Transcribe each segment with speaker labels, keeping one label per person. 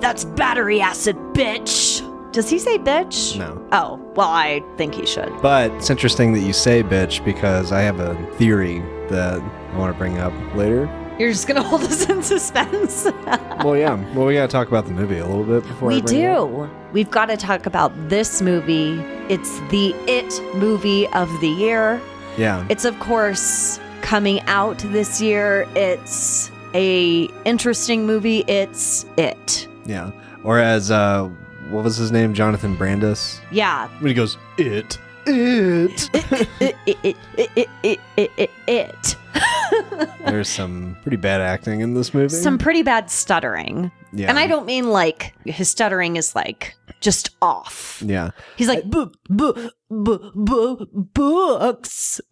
Speaker 1: That's battery acid, bitch. Does he say bitch?
Speaker 2: No.
Speaker 1: Oh, well, I think he should.
Speaker 2: But it's interesting that you say bitch because I have a theory that I want to bring up later.
Speaker 1: You're just going to hold us in suspense.
Speaker 2: well, yeah. Well, we got to talk about the movie a little bit before I
Speaker 1: we
Speaker 2: bring it up.
Speaker 1: do. We've got to talk about this movie. It's the It movie of the year.
Speaker 2: Yeah.
Speaker 1: It's of course coming out this year. It's a interesting movie. It's It.
Speaker 2: Yeah. Or as uh, what was his name? Jonathan Brandis.
Speaker 1: Yeah.
Speaker 2: When he goes, it, it.
Speaker 1: It it it it it it, it, it.
Speaker 2: There's some pretty bad acting in this movie.
Speaker 1: Some pretty bad stuttering.
Speaker 2: Yeah.
Speaker 1: And I don't mean like his stuttering is like just off.
Speaker 2: Yeah.
Speaker 1: He's like boo boo boo boo books.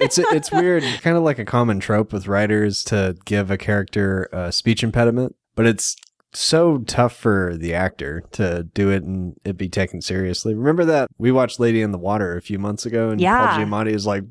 Speaker 2: It's it's weird, kind of like a common trope with writers to give a character a speech impediment, but it's so tough for the actor to do it and it be taken seriously. Remember that we watched Lady in the Water a few months ago, and
Speaker 1: Yeah.
Speaker 2: Paul Giamatti is like,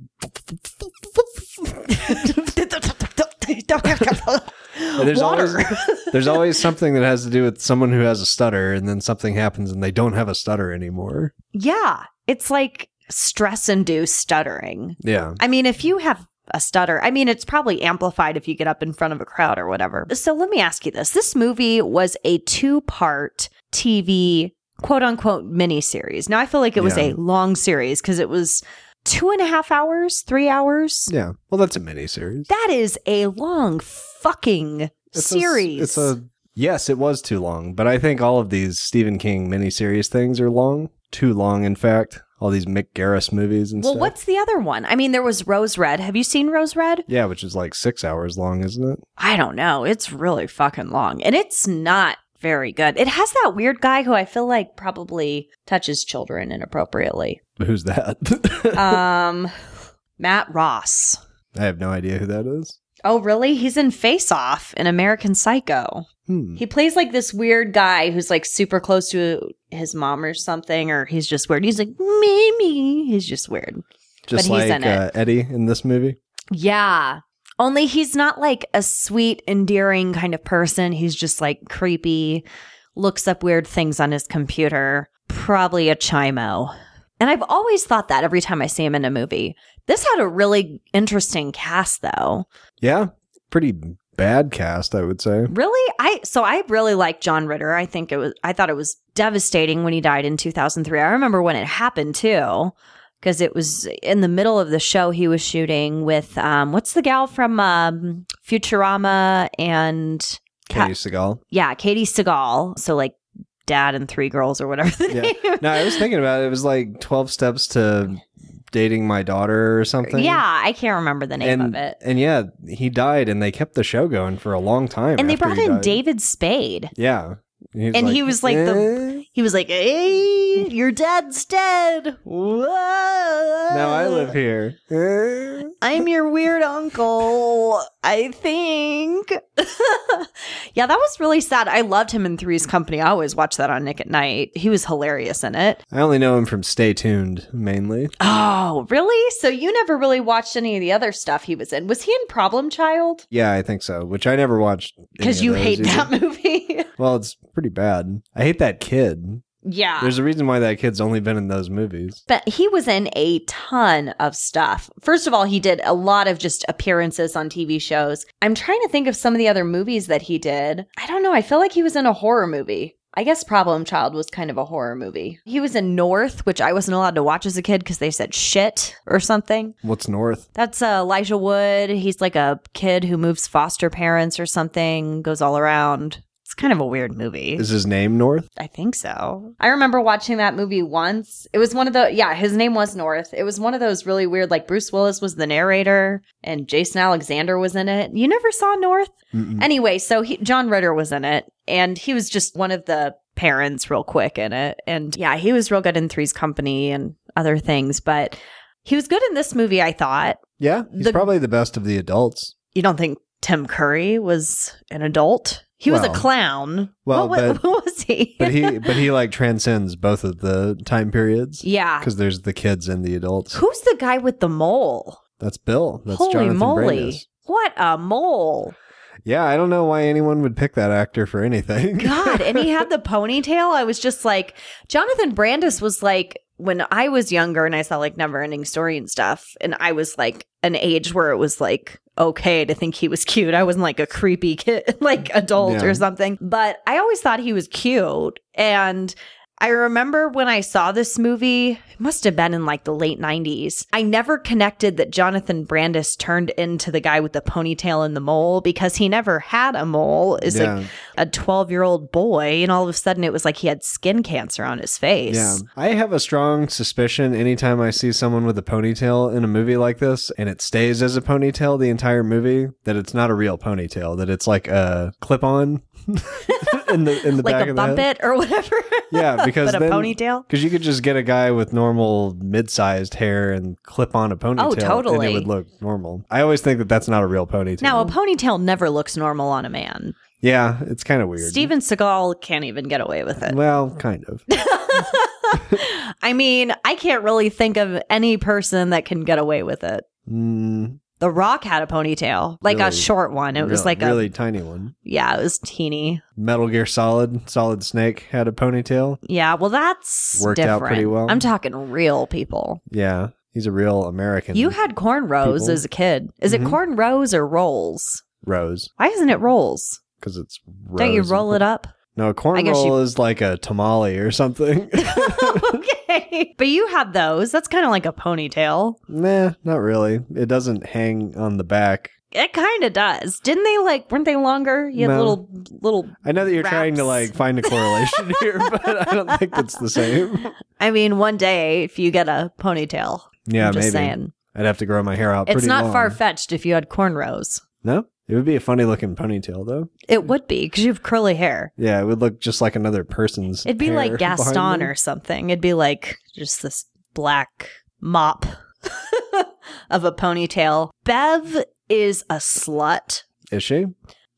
Speaker 2: there's
Speaker 1: Water.
Speaker 2: always there's always something that has to do with someone who has a stutter, and then something happens and they don't have a stutter anymore.
Speaker 1: Yeah, it's like stress induced stuttering.
Speaker 2: Yeah,
Speaker 1: I mean, if you have a stutter, I mean, it's probably amplified if you get up in front of a crowd or whatever. So let me ask you this this movie was a two part TV quote unquote miniseries. Now, I feel like it was
Speaker 2: Yeah.
Speaker 1: a long series because it was two and a half hours, three hours.
Speaker 2: yeah. Well, that's a miniseries.
Speaker 1: That is a long fucking
Speaker 2: It's a-
Speaker 1: series.
Speaker 2: it's a yes, it was too long, but I think all of these Stephen King miniseries things are long, too long, in fact. All these Mick Garris movies and
Speaker 1: well,
Speaker 2: stuff.
Speaker 1: what's the other one? I mean, there was Rose Red. Have you seen Rose Red?
Speaker 2: Yeah, which is like six hours long, isn't it?
Speaker 1: I don't know. It's really fucking long and it's not very good. It has that weird guy who I feel like probably touches children inappropriately.
Speaker 2: Who's that?
Speaker 1: Um, Matt Ross.
Speaker 2: I have no idea who that is.
Speaker 1: Oh, really? He's in Face Off in American Psycho.
Speaker 2: Hmm.
Speaker 1: He plays like this weird guy who's like super close to his mom or something, or he's just weird. He's like, Mimi. He's just weird.
Speaker 2: Just
Speaker 1: he's
Speaker 2: like
Speaker 1: in
Speaker 2: uh, Eddie in this movie.
Speaker 1: Yeah. Only he's not like a sweet, endearing kind of person. He's just like creepy, looks up weird things on his computer, probably a chimo. And I've always thought that every time I see him in a movie. This had a really interesting cast though.
Speaker 2: Yeah, pretty bad cast, I would say.
Speaker 1: Really? I so I really like John Ritter. I think it was I thought it was devastating when he died in 2003. I remember when it happened too because it was in the middle of the show he was shooting with um what's the gal from um Futurama and
Speaker 2: Katie Seagal.
Speaker 1: yeah, Katie Seagal. So like dad and three girls or whatever. The
Speaker 2: Yeah.
Speaker 1: name-
Speaker 2: No, I was thinking about it. It was like twelve steps to dating my daughter or something.
Speaker 1: yeah, I can't remember the name
Speaker 2: and,
Speaker 1: of it.
Speaker 2: And yeah, he died, and they kept the show going for a long time.
Speaker 1: And they
Speaker 2: after
Speaker 1: brought
Speaker 2: he
Speaker 1: in
Speaker 2: died.
Speaker 1: David Spade.
Speaker 2: Yeah,
Speaker 1: And he was like the-
Speaker 2: "Eh."
Speaker 1: He was like, "Hey, your dad's dead." Whoa.
Speaker 2: "Eh, Now I live here. Eh.
Speaker 1: I'm your weird uncle, I think. yeah, that was really sad. I loved him in Three's Company. I always watch that on Nick at Night. He was hilarious in it.
Speaker 2: I only know him from Stay Tuned mainly.
Speaker 1: Oh, really? So you never really watched any of the other stuff he was in. Was he in Problem Child?
Speaker 2: Yeah, I think so. Which I never watched any
Speaker 1: Because
Speaker 2: of
Speaker 1: you
Speaker 2: those
Speaker 1: hate
Speaker 2: either.
Speaker 1: that movie.
Speaker 2: Well, it's pretty bad. I hate that kid.
Speaker 1: yeah.
Speaker 2: There's a reason why that kid's only been in those movies.
Speaker 1: but he was in a ton of stuff. First of all, he did a lot of just appearances on TV shows. I'm trying to think of some of the other movies that he did. I don't know. I feel like he was in a horror movie. I guess Problem Child was kind of a horror movie. He was in North, which I wasn't allowed to watch as a kid because they said shit or something.
Speaker 2: What's North?
Speaker 1: That's uh, Elijah Wood. He's like a kid who moves foster parents or something, goes all around. It's kind of a weird movie.
Speaker 2: Is his name North?
Speaker 1: I think so. I remember watching that movie once. It was one of the yeah, his name was North. It was one of those really weird like Bruce Willis was the narrator and Jason Alexander was in it. You never saw North?
Speaker 2: Mm-mm.
Speaker 1: Anyway, so he, John Ritter was in it and he was just one of the parents real quick in it. And yeah, he was real good in Three's Company and other things, but he was good in this movie, I thought.
Speaker 2: Yeah, he's
Speaker 1: The-
Speaker 2: probably the best of the adults.
Speaker 1: You don't think Tim Curry was an adult He was a
Speaker 2: Well-
Speaker 1: clown.
Speaker 2: well,
Speaker 1: what, wa-
Speaker 2: but-
Speaker 1: what was he?
Speaker 2: But he but he like transcends both of the time periods
Speaker 1: yeah.
Speaker 2: because there's the kids and the adults.
Speaker 1: Who's the guy with the mole?
Speaker 2: That's Bill. That's
Speaker 1: Holy
Speaker 2: Jonathan
Speaker 1: moly.
Speaker 2: Brandis.
Speaker 1: What a mole.
Speaker 2: Yeah, I don't know why anyone would pick that actor for anything.
Speaker 1: God. And he had the ponytail. I was just like, Jonathan Brandis was like, when I was younger and I saw like never ending story and stuff, and I was like an age where it was like okay to think he was cute. I wasn't like a creepy kid, like adult
Speaker 2: Yeah.
Speaker 1: or something, but I always thought he was cute. And I remember when I saw this movie, it must have been in like the late 90s. I never connected that Jonathan Brandis turned into the guy with the ponytail and the mole because he never had a mole. It's like
Speaker 2: yeah,
Speaker 1: a 12 year old boy and all of a sudden it was like he had skin cancer on his face
Speaker 2: yeah. I have a strong suspicion anytime I see someone with a ponytail in a movie like this and it stays as a ponytail the entire movie, that it's not a real ponytail, that it's like a clip on in the in the
Speaker 1: like
Speaker 2: back
Speaker 1: a
Speaker 2: of the head.
Speaker 1: bump it or whatever
Speaker 2: Yeah, because
Speaker 1: but a
Speaker 2: then-
Speaker 1: ponytail
Speaker 2: Because you could just get a guy with normal mid-sized hair and clip on a ponytail, and
Speaker 1: Oh, totally.
Speaker 2: it would look normal. I always think that that's not a real ponytail.
Speaker 1: now a ponytail never looks normal on a man
Speaker 2: yeah, it's kind of weird.
Speaker 1: steven seagal can't even get away with it
Speaker 2: Well, kind of.
Speaker 1: i mean i can't really think of any person that can get away with it
Speaker 2: Mm,
Speaker 1: the rock had a ponytail like a
Speaker 2: Really?
Speaker 1: short one it was
Speaker 2: real-
Speaker 1: like
Speaker 2: really
Speaker 1: a
Speaker 2: tiny one.
Speaker 1: yeah it was teeny
Speaker 2: Metal Gear Solid, Solid Snake had a ponytail.
Speaker 1: yeah well that's
Speaker 2: Worked out
Speaker 1: different.
Speaker 2: pretty well.
Speaker 1: i'm talking real people
Speaker 2: Yeah, he's a real American.
Speaker 1: you had cornrows
Speaker 2: people.
Speaker 1: as a kid is it
Speaker 2: Mhm.
Speaker 1: cornrows or rolls
Speaker 2: Rose
Speaker 1: Why isn't it rolls?
Speaker 2: because it's Rose.
Speaker 1: Don't you roll it up?
Speaker 2: No, a corn
Speaker 1: I guess
Speaker 2: roll
Speaker 1: you-
Speaker 2: is like a tamale or something.
Speaker 1: okay. But you had those. That's kind of like a ponytail.
Speaker 2: nah, not really. It doesn't hang on the back.
Speaker 1: It kind of does. Didn't they like weren't they longer? You had
Speaker 2: No.
Speaker 1: little little
Speaker 2: I know that you're trying to
Speaker 1: Wraps.
Speaker 2: like find a correlation here, but I don't think that's the same.
Speaker 1: I mean, one day if you get a ponytail.
Speaker 2: Yeah,
Speaker 1: I'm just
Speaker 2: maybe
Speaker 1: saying.
Speaker 2: I'd have to grow my hair out.
Speaker 1: It's
Speaker 2: pretty
Speaker 1: not
Speaker 2: long.
Speaker 1: far fetched if you had cornrows.
Speaker 2: No, it would be a funny looking ponytail though.
Speaker 1: It would be because you have curly hair.
Speaker 2: Yeah, it would look just like another person's.
Speaker 1: It'd be
Speaker 2: hair
Speaker 1: like
Speaker 2: behind
Speaker 1: Gaston
Speaker 2: them.
Speaker 1: or something. It'd be like just this black mop of a ponytail. Bev is a slut.
Speaker 2: Is she?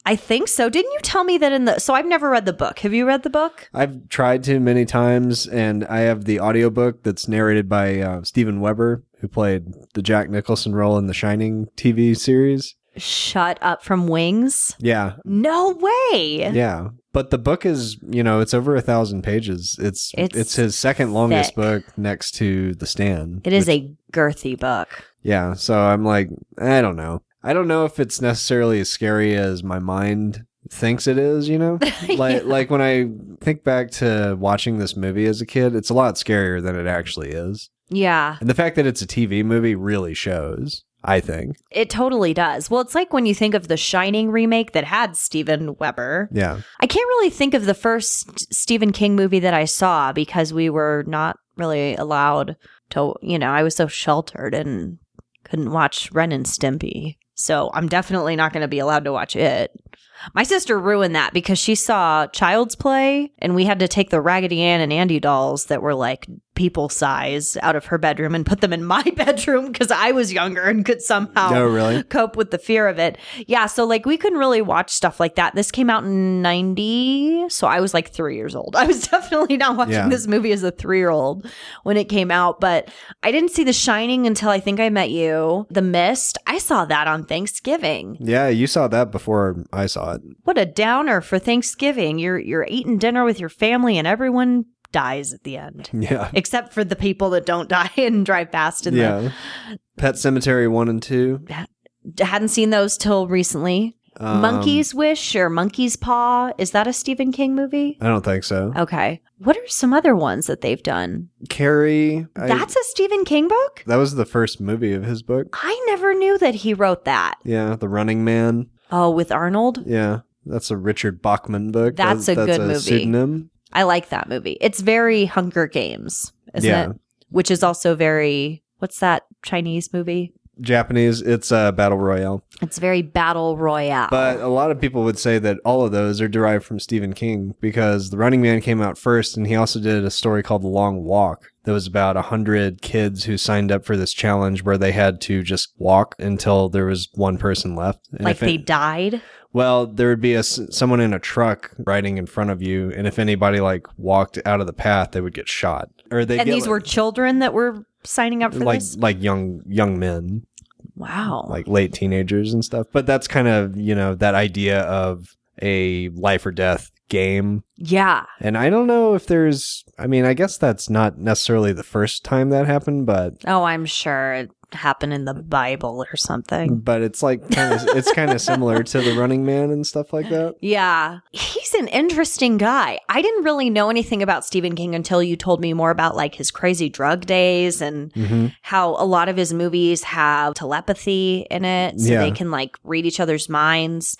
Speaker 1: I think so. Didn't you tell me that in the so I've never read the book. Have you read the book?
Speaker 2: I've tried to many times, and I have the audiobook that's narrated by uh, Steven Weber, who played the Jack Nicholson role in the Shining TV series.
Speaker 1: Shut up from Wings.
Speaker 2: Yeah,
Speaker 1: No way.
Speaker 2: yeah. But the book is, you know, it's over a thousand pages. It's
Speaker 1: It's
Speaker 2: it's, his second longest
Speaker 1: thick.
Speaker 2: book next to The Stand.
Speaker 1: It is a girthy book.
Speaker 2: Yeah, so I'm like, I don't know. I don't know if it's necessarily as scary as my mind thinks it is, you know? Like like when I think back to watching this movie as a kid, it's a lot scarier than it actually is.
Speaker 1: yeah.
Speaker 2: And the fact that it's a TV movie really shows, I think.
Speaker 1: It totally does. Well, it's like when you think of the Shining remake that had Steven Weber.
Speaker 2: Yeah.
Speaker 1: I can't really think of the first Stephen King movie that I saw because we were not really allowed to, you know, I was so sheltered and couldn't watch Ren and Stimpy. So I'm definitely not going to be allowed to watch it. My sister ruined that because she saw Child's Play and we had to take the Raggedy Ann and Andy dolls that were like people size out of her bedroom and put them in my bedroom because I was younger and could somehow
Speaker 2: No, really?
Speaker 1: cope with the fear of it. Yeah, so like we couldn't really watch stuff like that. This came out in 90, so I was like 3 years old. I was definitely not watching
Speaker 2: Yeah.
Speaker 1: this movie as a 3-year-old when it came out, but I didn't see The Shining until I think I met you. The Mist, I saw that on Thanksgiving.
Speaker 2: Yeah, you saw that before I saw it.
Speaker 1: What a downer for Thanksgiving. You're you're eating dinner with your family and everyone dies at the end.
Speaker 2: Yeah.
Speaker 1: Except for the people that don't die and drive past and yeah.
Speaker 2: Yeah. Pet Cemetery 1 and 2.
Speaker 1: hadn't seen those till recently.
Speaker 2: Um,
Speaker 1: Monkey's Wish or Monkey's Paw. Is that a Stephen King movie?
Speaker 2: I don't think so.
Speaker 1: Okay. What are some other ones that they've done?
Speaker 2: Carrie. I-
Speaker 1: That's a Stephen King book?
Speaker 2: that was the first movie of his book.
Speaker 1: I never knew that he wrote that.
Speaker 2: Yeah, The Running Man.
Speaker 1: Oh, with Arnold?
Speaker 2: Yeah, that's a Richard Bachman book.
Speaker 1: That's a good movie.
Speaker 2: Pseudonym.
Speaker 1: I like that movie. It's very Hunger Games, isn't
Speaker 2: Yeah.
Speaker 1: it? Which is also very, what's that Chinese movie?
Speaker 2: Japanese. It's uh, battle royale,
Speaker 1: It's very battle royale.
Speaker 2: but a lot of people would say that all of those are derived from Stephen King because The Running Man came out first, and he also did a story called The Long Walk that was about a hundred kids who signed up for this challenge where they had to just walk until there was one person left. And
Speaker 1: like
Speaker 2: if it-
Speaker 1: they died.
Speaker 2: Well, there would be a s- someone in a truck riding in front of you, and if anybody like walked out of the path, they would get shot. Or they
Speaker 1: And these were children that were signing up for
Speaker 2: like
Speaker 1: this.
Speaker 2: like young young men,
Speaker 1: Wow.
Speaker 2: like late teenagers and stuff. But that's kind of you know that idea of a life or death game.
Speaker 1: yeah.
Speaker 2: And I don't know if there's. I mean, I guess that's not necessarily the first time that happened, but
Speaker 1: Oh, I'm sure it happened in the Bible or something.
Speaker 2: but it's like kind of it's kind of similar to the Running Man and stuff like that.
Speaker 1: Yeah. He's an interesting guy. I didn't really know anything about Stephen King until you told me more about like his crazy drug days and
Speaker 2: Mm-hmm.
Speaker 1: how a lot of his movies have telepathy in it so
Speaker 2: Yeah.
Speaker 1: they can like read each other's minds.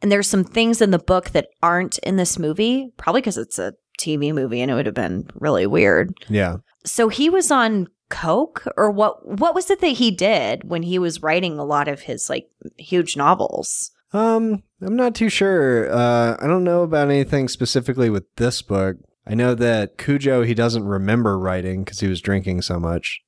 Speaker 1: And there's some things in the book that aren't in this movie, probably because it's a TV movie and it would have been really weird.
Speaker 2: Yeah.
Speaker 1: So he was on coke or what what was it that he did when he was writing a lot of his like huge novels?
Speaker 2: Um, I'm not too sure. Uh, I don't know about anything specifically with this book. I know that Cujo he doesn't remember writing because he was drinking so much.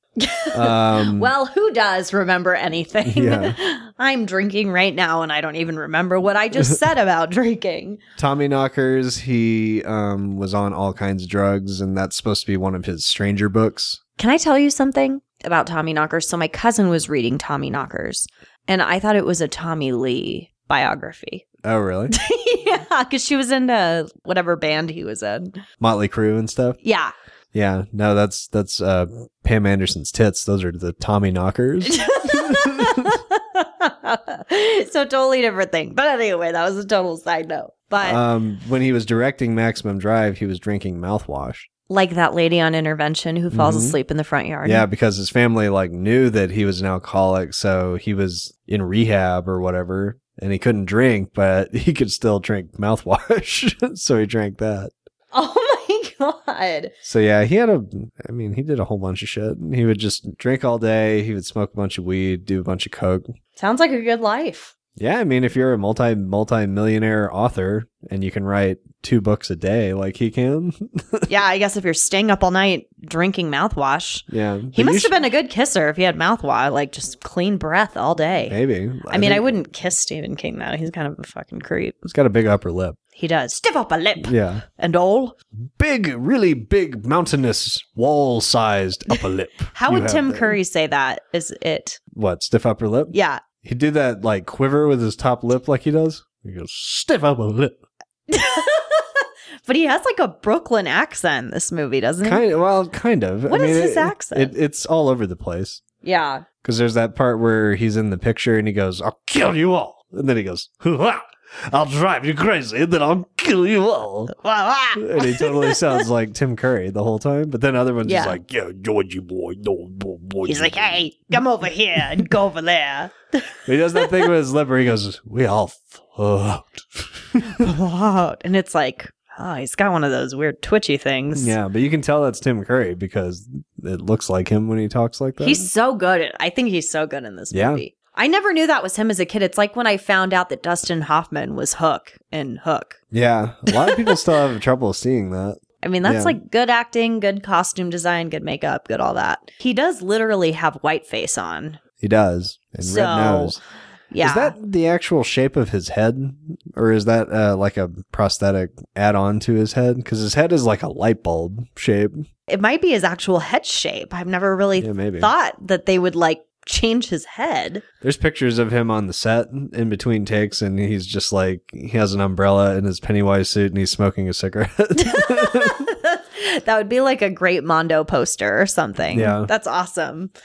Speaker 2: Um,
Speaker 1: Well, who does remember anything?
Speaker 2: Yeah.
Speaker 1: I'm drinking right now and I don't even remember what I just said about drinking.
Speaker 2: Tommy Knockers he um was on all kinds of drugs, and that's supposed to be one of his stranger books.
Speaker 1: Can I tell you something about Tommy Knockers? So my cousin was reading Tommy Knockers, and I thought it was a Tommy Lee biography.
Speaker 2: Oh, really?
Speaker 1: yeah, because she was in uh, whatever band he was in.
Speaker 2: Motley Crue and stuff.
Speaker 1: Yeah,
Speaker 2: Yeah, no, that's that's uh, Pam Anderson's tits. Those are the Tommy Knockers.
Speaker 1: so totally different thing. But anyway, that was a total side note. But
Speaker 2: um, when he was directing Maximum Drive, he was drinking mouthwash.
Speaker 1: like that lady on intervention who falls
Speaker 2: Mhm.
Speaker 1: asleep in the front yard.
Speaker 2: Yeah, because his family like knew that he was an alcoholic, so he was in rehab or whatever, and he couldn't drink, but he could still drink mouthwash, so he drank that.
Speaker 1: Oh my god.
Speaker 2: So yeah, he had a I mean, he did a whole bunch of shit. He would just drink all day, he would smoke a bunch of weed, do a bunch of coke.
Speaker 1: Sounds like a good life.
Speaker 2: Yeah, I mean, if you're a multi multi millionaire author and you can write two books a day like he can,
Speaker 1: yeah, I guess if you're staying up all night drinking mouthwash.
Speaker 2: yeah.
Speaker 1: He must have been a good kisser if he had mouthwash, like just clean breath all day.
Speaker 2: maybe.
Speaker 1: I, mean, I
Speaker 2: think
Speaker 1: wouldn't kiss Stephen King though. He's kind of a fucking creep.
Speaker 2: he's got a big upper lip.
Speaker 1: He does stiff up a lip
Speaker 2: Yeah.
Speaker 1: and all.
Speaker 2: big, really big, mountainous, wall-sized upper lip.
Speaker 1: How
Speaker 2: You
Speaker 1: would
Speaker 2: have
Speaker 1: Tim
Speaker 2: the-
Speaker 1: Curry say that? Is it?
Speaker 2: What stiff upper lip?
Speaker 1: Yeah,
Speaker 2: He did that like quiver with his top lip, like he does. He goes stiff upper lip.
Speaker 1: but he has like a Brooklyn accent. This movie doesn't.
Speaker 2: Kind of, well, kind of.
Speaker 1: Mm-hmm. What is his
Speaker 2: it-
Speaker 1: accent?
Speaker 2: It, it's all over the place
Speaker 1: he? Yeah,
Speaker 2: because there's that part where he's in the picture and he goes, "I'll kill you all," and then he goes, "Hoo-ha! "I'll drive you crazy, and then I'll kill you all." And he totally sounds like Tim Curry the whole time, but then other ones just
Speaker 1: Yeah.
Speaker 2: like, "Yeah, Georgie boy, no, boy, boy."
Speaker 1: he's like, hey, come over here and go over there.
Speaker 2: He does that thing with his lip where he goes, "We all fucked."
Speaker 1: and it's like, oh, he's got one of those weird twitchy things.
Speaker 2: yeah, but you can tell that's Tim Curry because it looks like him when he talks like that.
Speaker 1: He's so good at I think he's so good in this
Speaker 2: Yeah.
Speaker 1: movie. I never knew that was him as a kid. It's like when I found out that Dustin Hoffman was Hook in Hook.
Speaker 2: yeah, a lot of people still have trouble seeing that.
Speaker 1: I mean, that's
Speaker 2: Yeah.
Speaker 1: like good acting, good costume design, good makeup, good all that. He does literally have white face on.
Speaker 2: He does, and red
Speaker 1: So,
Speaker 2: nose.
Speaker 1: Yeah.
Speaker 2: Is that the actual shape of his head, or is that uh, like a prosthetic add-on to his head? Because his head is like a light bulb shape.
Speaker 1: it might be his actual head shape. I've never really
Speaker 2: Yeah, maybe.
Speaker 1: thought that they would like change his head.
Speaker 2: There's pictures of him on the set in between takes, and he's just like he has an umbrella in his Pennywise suit, and he's smoking a cigarette.
Speaker 1: that would be like a great Mondo poster or something.
Speaker 2: Yeah.
Speaker 1: That's awesome.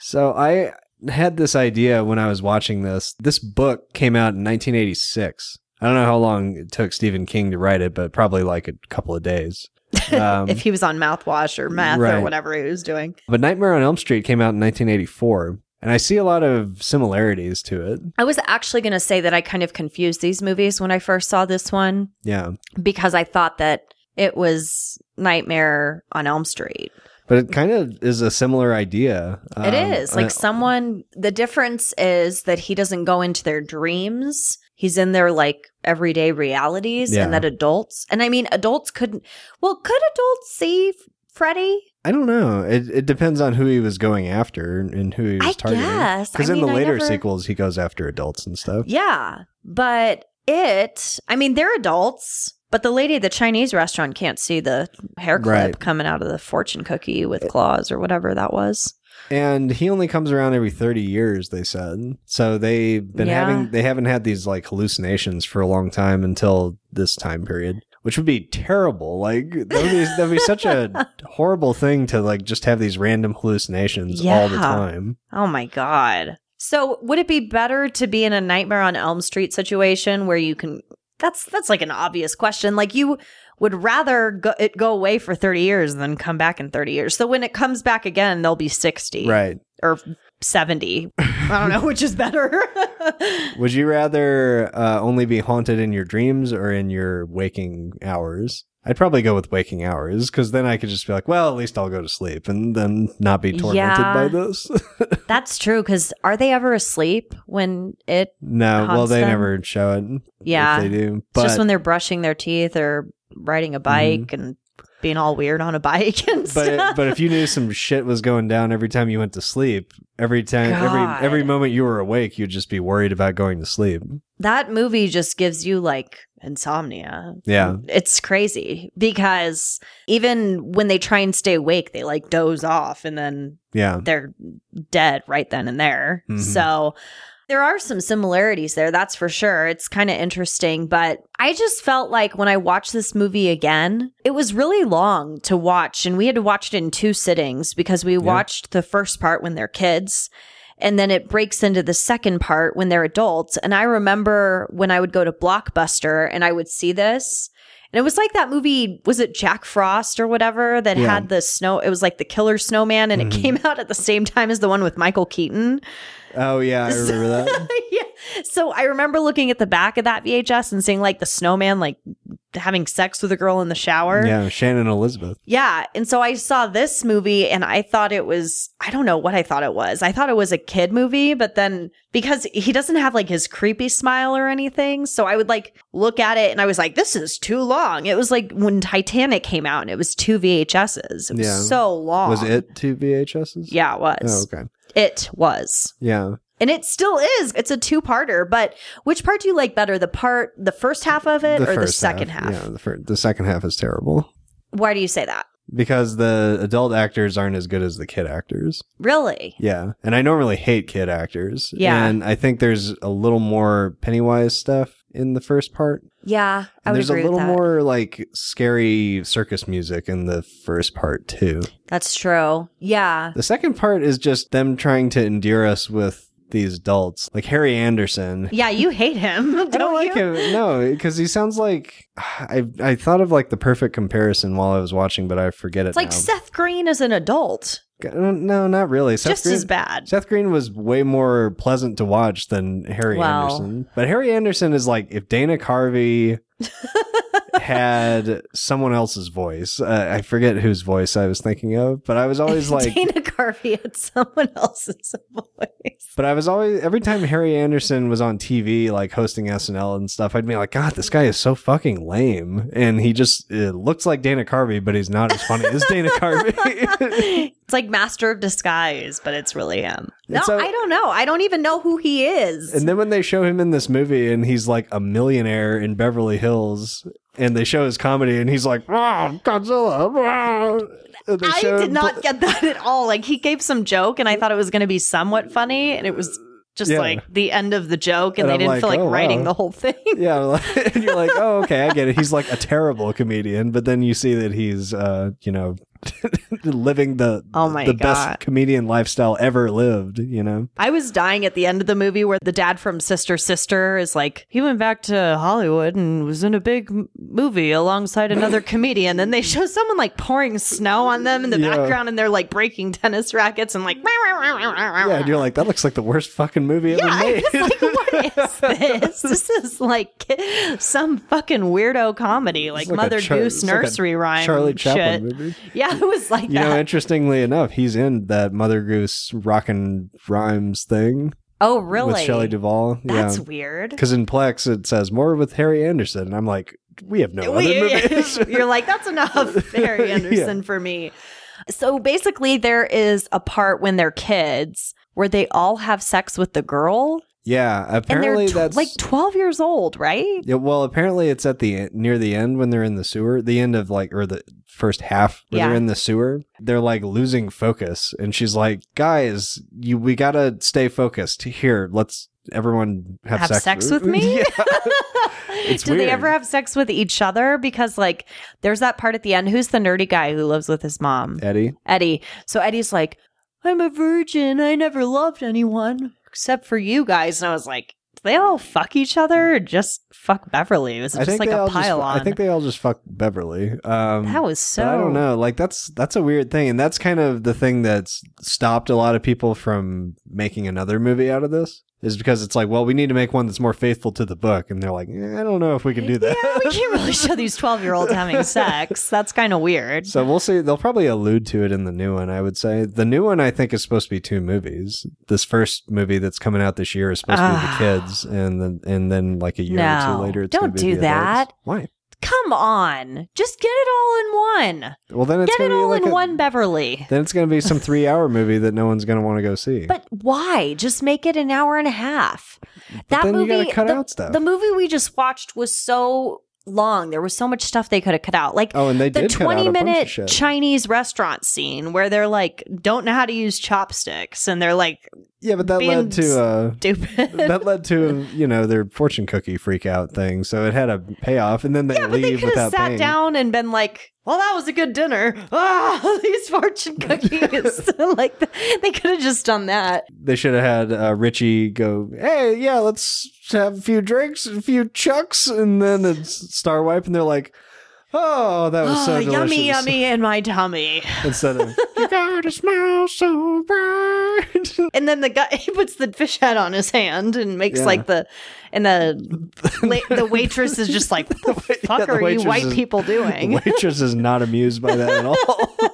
Speaker 2: So I had this idea when I was watching this. This book came out in 1986. I don't know how long it took Stephen King to write it, but probably like a couple of days. Um,
Speaker 1: if he was on mouthwash or meth or
Speaker 2: right.
Speaker 1: whatever he was doing.
Speaker 2: but Nightmare on Elm Street came out in 1984, and I see a lot of similarities to it.
Speaker 1: I was actually going to say that I kind of confused these movies when I first saw this one
Speaker 2: Yeah.
Speaker 1: because I thought that it was Nightmare on Elm Street.
Speaker 2: But it kind of is a similar idea.
Speaker 1: It
Speaker 2: Um,
Speaker 1: is like
Speaker 2: uh,
Speaker 1: someone. The difference is that he doesn't go into their dreams. He's in their like everyday realities,
Speaker 2: Yeah.
Speaker 1: and that adults. And I mean, adults couldn't. Well, could adults see F- Freddy?
Speaker 2: I don't know. It, it depends on who he was going after and who he was
Speaker 1: I
Speaker 2: targeting.
Speaker 1: guess. I
Speaker 2: Because in
Speaker 1: mean,
Speaker 2: the
Speaker 1: I
Speaker 2: later
Speaker 1: never-
Speaker 2: sequels, he goes after adults and stuff.
Speaker 1: Yeah, but it. I mean, they're adults. But the lady at the Chinese restaurant can't see the hair clip
Speaker 2: Right.
Speaker 1: coming out of the fortune cookie with claws or whatever that was.
Speaker 2: And he only comes around every 30 years, they said. So they've been
Speaker 1: Yeah.
Speaker 2: having, they haven't had these like hallucinations for a long time until this time period, which would be terrible. Like, that would be, that'd be such a horrible thing to like just have these random hallucinations all the
Speaker 1: Yeah.
Speaker 2: time.
Speaker 1: Oh my God. So would it be better to be in a nightmare on Elm Street situation where you can that's that's like an obvious question. Like you would rather go, it go away for 30 years than come back in 30 years. So when it comes back again, they'll be 60
Speaker 2: Right.
Speaker 1: or 70. I don't know which is better.
Speaker 2: Would you rather uh, only be haunted in your dreams or in your waking hours? I'd probably go with waking hours because then I could just be like, well, at least I'll go to sleep and then not be tormented
Speaker 1: Yeah.
Speaker 2: by this.
Speaker 1: that's true cuz are they ever asleep when it
Speaker 2: no, well,
Speaker 1: Haunts
Speaker 2: they
Speaker 1: them.
Speaker 2: never show it. if
Speaker 1: yeah.
Speaker 2: they do.
Speaker 1: It's
Speaker 2: But Mm-hmm.
Speaker 1: just when they're brushing their teeth or riding a bike and being all weird on a bike and
Speaker 2: but
Speaker 1: stuff.
Speaker 2: but if you knew some shit was going down every time you went to sleep, every time
Speaker 1: God.
Speaker 2: every every moment you were awake, you'd just be worried about going to sleep.
Speaker 1: that movie just gives you like insomnia.
Speaker 2: Yeah.
Speaker 1: It's crazy because even when they try and stay awake, they like doze off and then
Speaker 2: Yeah.
Speaker 1: they're dead right then and there.
Speaker 2: Mhm.
Speaker 1: So there are some similarities there, that's for sure. It's kind of interesting, but I just felt like when I watched this movie again, it was really long to watch, and we had to watch it in two sittings because we watched the first part when they're kids. And then it breaks into the second part when they're adults. And I remember when I would go to Blockbuster and I would see this. And it was like that movie, was it Jack Frost or whatever, that
Speaker 2: Yeah.
Speaker 1: had the snow? It was like the killer snowman, and it
Speaker 2: Mhm.
Speaker 1: came out at the same time as the one with Michael Keaton.
Speaker 2: Oh yeah, I remember that.
Speaker 1: yeah. So I remember looking at the back of that VHS and seeing like the snowman like having sex with a girl in the shower.
Speaker 2: Yeah, Shannon Elizabeth.
Speaker 1: Yeah. And so I saw this movie and I thought it was, I don't know what I thought it was. I thought it was a kid movie, but then because he doesn't have like his creepy smile or anything. So I would like look at it and I was like, this is too long. It was like when Titanic came out and it was two VHSs. It was
Speaker 2: Yeah.
Speaker 1: so long.
Speaker 2: Was it two VHSs?
Speaker 1: Yeah, it
Speaker 2: Oh,
Speaker 1: was.
Speaker 2: okay.
Speaker 1: It was.
Speaker 2: Yeah.
Speaker 1: And it still is. It's a two-parter, but which part do you like better? The part the first half of it or the
Speaker 2: first
Speaker 1: second half?
Speaker 2: Yeah, the, fir- the second half is terrible
Speaker 1: Why do you say that?
Speaker 2: because the adult actors aren't as good as the kid actors.
Speaker 1: Really?
Speaker 2: Yeah. And I normally hate kid actors.
Speaker 1: Yeah.
Speaker 2: And I think there's a little more Pennywise stuff in the first part.
Speaker 1: Yeah, I
Speaker 2: And
Speaker 1: would
Speaker 2: there's
Speaker 1: agree
Speaker 2: a little
Speaker 1: with that.
Speaker 2: more like scary circus music in the first part too.
Speaker 1: That's true. Yeah.
Speaker 2: The second part is just them trying to endear us with these adults, like Harry Anderson.
Speaker 1: Yeah, you hate him. Don't
Speaker 2: I don't like
Speaker 1: you?
Speaker 2: him. No, because he sounds like I I thought of like the perfect comparison while I was watching, but I forget it.
Speaker 1: It's like
Speaker 2: now.
Speaker 1: Seth Green as an adult.
Speaker 2: no, not really. Seth
Speaker 1: just
Speaker 2: Green-
Speaker 1: as bad.
Speaker 2: Seth Green was way more pleasant to watch than Harry
Speaker 1: Well.
Speaker 2: Anderson. But Harry Anderson is like if Dana Carvey had someone else's voice. Uh, I forget whose voice I was thinking of, but I was always like
Speaker 1: Dana Carvey had someone else's voice.
Speaker 2: But I was always every time Harry Anderson was on TV, like hosting SNL and stuff, I'd be like, God, this guy is so fucking lame, and he just uh looks like Dana Carvey, but he's not as funny as Dana Carvey.
Speaker 1: it's like Master of Disguise, but it's really him. No,
Speaker 2: so-
Speaker 1: I don't know. I don't even know who he is.
Speaker 2: and then when they show him in this movie, and he's like a millionaire in Beverly Hills, and they show his comedy, and he's like, "Ah, Godzilla. ah," and they
Speaker 1: I
Speaker 2: show
Speaker 1: did
Speaker 2: him
Speaker 1: not
Speaker 2: pl-
Speaker 1: get that at all. Like he gave some joke, and I thought it was going to be somewhat funny, and it was just
Speaker 2: Uh, Yeah.
Speaker 1: like the end of the joke, and,
Speaker 2: And
Speaker 1: they
Speaker 2: I'm
Speaker 1: didn't
Speaker 2: like,
Speaker 1: feel like
Speaker 2: oh,
Speaker 1: writing
Speaker 2: wow.
Speaker 1: the whole thing.
Speaker 2: yeah, like- and you're like, oh, okay, I get it. He's like a terrible comedian, but then you see that he's, uh, you know, living the
Speaker 1: Oh my
Speaker 2: the
Speaker 1: God.
Speaker 2: best comedian lifestyle ever lived. You know,
Speaker 1: I was dying at the end of the movie where the dad from Sister Sister is like, he went back to Hollywood and was in a big m- movie alongside another comedian. Then they show someone like pouring snow on them in the
Speaker 2: Yeah.
Speaker 1: background, and they're like breaking tennis rackets and like,
Speaker 2: yeah, and you're like, that looks like the worst fucking movie ever
Speaker 1: Yeah, I
Speaker 2: made.
Speaker 1: was like, what is this? This is like some fucking weirdo comedy, like,
Speaker 2: It's like a
Speaker 1: Mother
Speaker 2: Char-
Speaker 1: Goose
Speaker 2: it's like a
Speaker 1: nursery rhyme
Speaker 2: Charlie
Speaker 1: shit.
Speaker 2: Chaplin movie.
Speaker 1: Yeah, was like
Speaker 2: You know,
Speaker 1: that.
Speaker 2: interestingly enough, he's in that Mother Goose rockin' rhymes thing
Speaker 1: oh, really?
Speaker 2: with Shelley Duvall.
Speaker 1: That's
Speaker 2: yeah.
Speaker 1: weird.
Speaker 2: Because in Plex it says more with Harry Anderson, and I'm like, we have no
Speaker 1: We-
Speaker 2: other movies.
Speaker 1: You're like, that's enough, Harry
Speaker 2: Yeah.
Speaker 1: Anderson, for me. So basically, there is a part when they're kids where they all have sex with the girl,
Speaker 2: yeah, apparently
Speaker 1: and they're tw-
Speaker 2: that's
Speaker 1: like 12 years old, right?
Speaker 2: Yeah, well, apparently it's at the en- near the end when they're in the sewer, the end of like or the first half when
Speaker 1: Yeah.
Speaker 2: they're in the sewer. They're like losing focus, and she's like, "Guys, you we gotta stay focused. Here, let's everyone have,
Speaker 1: Have sex with me?
Speaker 2: Yeah. It's
Speaker 1: Do they
Speaker 2: weird.
Speaker 1: ever have sex with each other? Because like, there's that part at the end. Who's the nerdy guy who lives with his mom?
Speaker 2: Eddie,
Speaker 1: Eddie. So Eddie's like, I'm a virgin. I never loved anyone except for you guys. And I was like, do they all fuck each other or just fuck Beverly? It was
Speaker 2: I
Speaker 1: just
Speaker 2: think
Speaker 1: like
Speaker 2: they all
Speaker 1: a
Speaker 2: just-
Speaker 1: pile on.
Speaker 2: I think they all just fucked Beverly. Um,
Speaker 1: that was so.
Speaker 2: But I don't know. Like that's that's a weird thing, and that's kind of the thing that's stopped a lot of people from making another movie out of this. Is because it's like, well, we need to make one that's more faithful to the book, and they're like, eh, I don't know if we can do that.
Speaker 1: Yeah, we can't really show these 12 year olds having sex. That's kind of weird.
Speaker 2: So we'll see. They'll probably allude to it in the new one. I would say the new one I think is supposed to be two movies. This first movie that's coming out this year is supposed
Speaker 1: Ah.
Speaker 2: to be the kids, and then and then like a year or
Speaker 1: No.
Speaker 2: two later, it's
Speaker 1: Don't
Speaker 2: gonna be
Speaker 1: do
Speaker 2: the
Speaker 1: that.
Speaker 2: adults. Why?
Speaker 1: Come on. Just get it all in one.
Speaker 2: Well, then it's
Speaker 1: get it
Speaker 2: gonna be
Speaker 1: all
Speaker 2: like
Speaker 1: in
Speaker 2: a-
Speaker 1: one, Beverly.
Speaker 2: Then it's gonna be some three-hour movie that no one's gonna want to go see.
Speaker 1: But why? Just make it an hour and a half. that
Speaker 2: then you
Speaker 1: movie,
Speaker 2: gotta cut
Speaker 1: the,
Speaker 2: out stuff.
Speaker 1: the movie we just watched was so long. There was so much stuff they could have cut out. Like
Speaker 2: Oh, and they
Speaker 1: the
Speaker 2: did cut out
Speaker 1: 20
Speaker 2: a bunch of
Speaker 1: minute
Speaker 2: shit.
Speaker 1: Chinese restaurant scene where they're like, don't know how to use chopsticks. And they're like,
Speaker 2: yeah, but that
Speaker 1: being
Speaker 2: led to uh,
Speaker 1: stupid.
Speaker 2: that led to you know their fortune cookie freak out thing. So it had a payoff, and then they
Speaker 1: yeah, but they
Speaker 2: leave
Speaker 1: could have
Speaker 2: without
Speaker 1: sat
Speaker 2: paying.
Speaker 1: down and been like, well, that was a good dinner. Ah, these fortune cookies. like, they could have just done that.
Speaker 2: They should have had uh, Richie go. Hey, yeah, let's have a few drinks, a few chucks, and then it's Star Wipe, and they're like, "Oh, that was so
Speaker 1: Ah,
Speaker 2: delicious."
Speaker 1: yummy, yummy in my tummy.
Speaker 2: Instead of "You gotta smile so bright."
Speaker 1: And then the guy he puts the fish head on his hand and makes
Speaker 2: Yeah.
Speaker 1: like the and the la- the waitress is just like, what the
Speaker 2: wait- yeah,
Speaker 1: fuck
Speaker 2: the
Speaker 1: are you
Speaker 2: waitress
Speaker 1: white
Speaker 2: is-
Speaker 1: people
Speaker 2: the
Speaker 1: doing?
Speaker 2: waitress is not amused by that at all.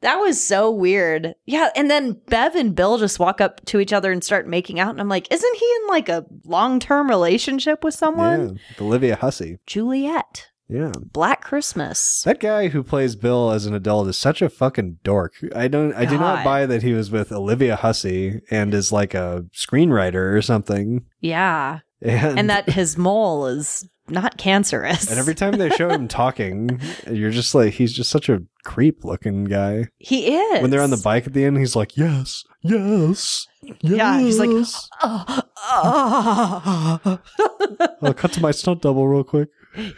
Speaker 1: that was so weird. Yeah, and then Bev and Bill just walk up to each other and start making out, and I'm like, isn't he in like a long term relationship with someone?
Speaker 2: yeah, Olivia Hussey.
Speaker 1: Juliet,
Speaker 2: Yeah.
Speaker 1: Black Christmas.
Speaker 2: That guy who plays Bill as an adult is such a fucking dork. I don't I do
Speaker 1: God.
Speaker 2: not buy that he was with Olivia Hussey and is like a screenwriter or something.
Speaker 1: Yeah,
Speaker 2: And,
Speaker 1: and that his mole is not cancerous.
Speaker 2: and every time they show him talking, you're just like he's just such a creep looking guy.
Speaker 1: he is
Speaker 2: When they're on the bike at the end, he's like, "Yes, yes." yes.
Speaker 1: Yeah, he's like, Oh,
Speaker 2: I'll cut to my stunt double real quick.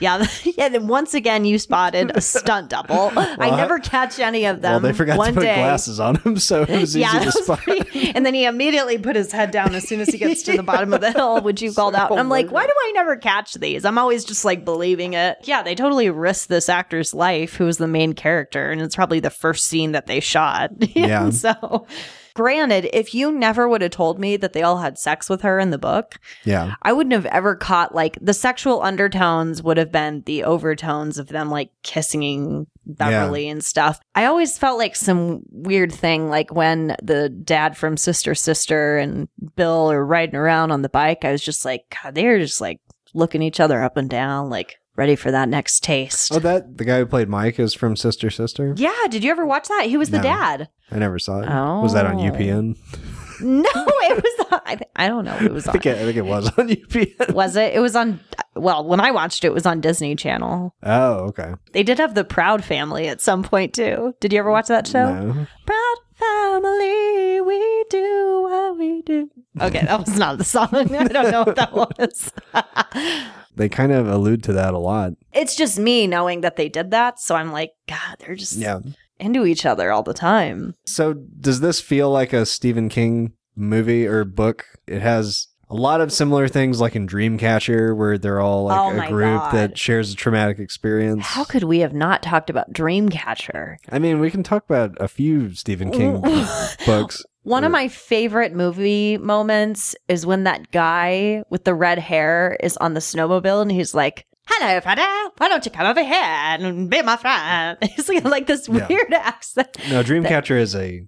Speaker 1: Yeah, yeah. Then once again, you spotted a stunt double. I
Speaker 2: Well,
Speaker 1: never catch any of them.
Speaker 2: well, they forgot
Speaker 1: One
Speaker 2: to put
Speaker 1: day,
Speaker 2: glasses on him, so it was
Speaker 1: yeah,
Speaker 2: easy to
Speaker 1: that was
Speaker 2: spot.
Speaker 1: pretty- and then he immediately put his head down as soon as he gets to the bottom of the hill, which you called out. And I'm like, why do I never catch these? I'm always just like believing it. Yeah, they totally risked this actor's life, who was the main character, and it's probably the first scene that they shot.
Speaker 2: Yeah.
Speaker 1: And so, granted, if you never would have told me that they all had sex with her in the book,
Speaker 2: Yeah,
Speaker 1: I wouldn't have ever caught like the sexual undertones would have been the overtones of them like kissing Beverly and stuff. I always felt like some weird thing, like when the dad from Sister Sister and Bill are riding around on the bike. I was just like, God, they're just like looking each other up and down, like ready for that next taste.
Speaker 2: Oh, that the guy who played Mike is from Sister Sister.
Speaker 1: yeah, did you ever watch that? He was the
Speaker 2: No.
Speaker 1: dad.
Speaker 2: I never saw it. Was that on
Speaker 1: Oh.
Speaker 2: UPN?
Speaker 1: No, it was. on- I, th- I don't know. It was
Speaker 2: I
Speaker 1: on.
Speaker 2: think it, I think it was on UPN.
Speaker 1: was it? It was on. Well, when I watched it, it was on Disney Channel.
Speaker 2: Oh, okay.
Speaker 1: They did have the Proud Family at some point too. Did you ever watch that show?
Speaker 2: No.
Speaker 1: Proud Family, we do what we do. Okay, that was not the song. I don't know what that was.
Speaker 2: They kind of allude to that a lot.
Speaker 1: it's just me knowing that they did that, so I'm like, God, they're just into each other all the time.
Speaker 2: So does this feel like a Stephen King movie or book? It has a lot of similar things like in Dreamcatcher where they're all
Speaker 1: Oh
Speaker 2: like
Speaker 1: my
Speaker 2: a group
Speaker 1: God.
Speaker 2: that shares a traumatic experience.
Speaker 1: How could we have not talked about Dreamcatcher?
Speaker 2: I mean, we can talk about a few Stephen King books.
Speaker 1: One
Speaker 2: Or-
Speaker 1: of my favorite movie moments is when that guy with the red hair is on the snowmobile and he's like, hello, Freddy, why don't you come over here and be my friend? It's like, like this
Speaker 2: Yeah.
Speaker 1: weird accent.
Speaker 2: No, Dreamcatcher is a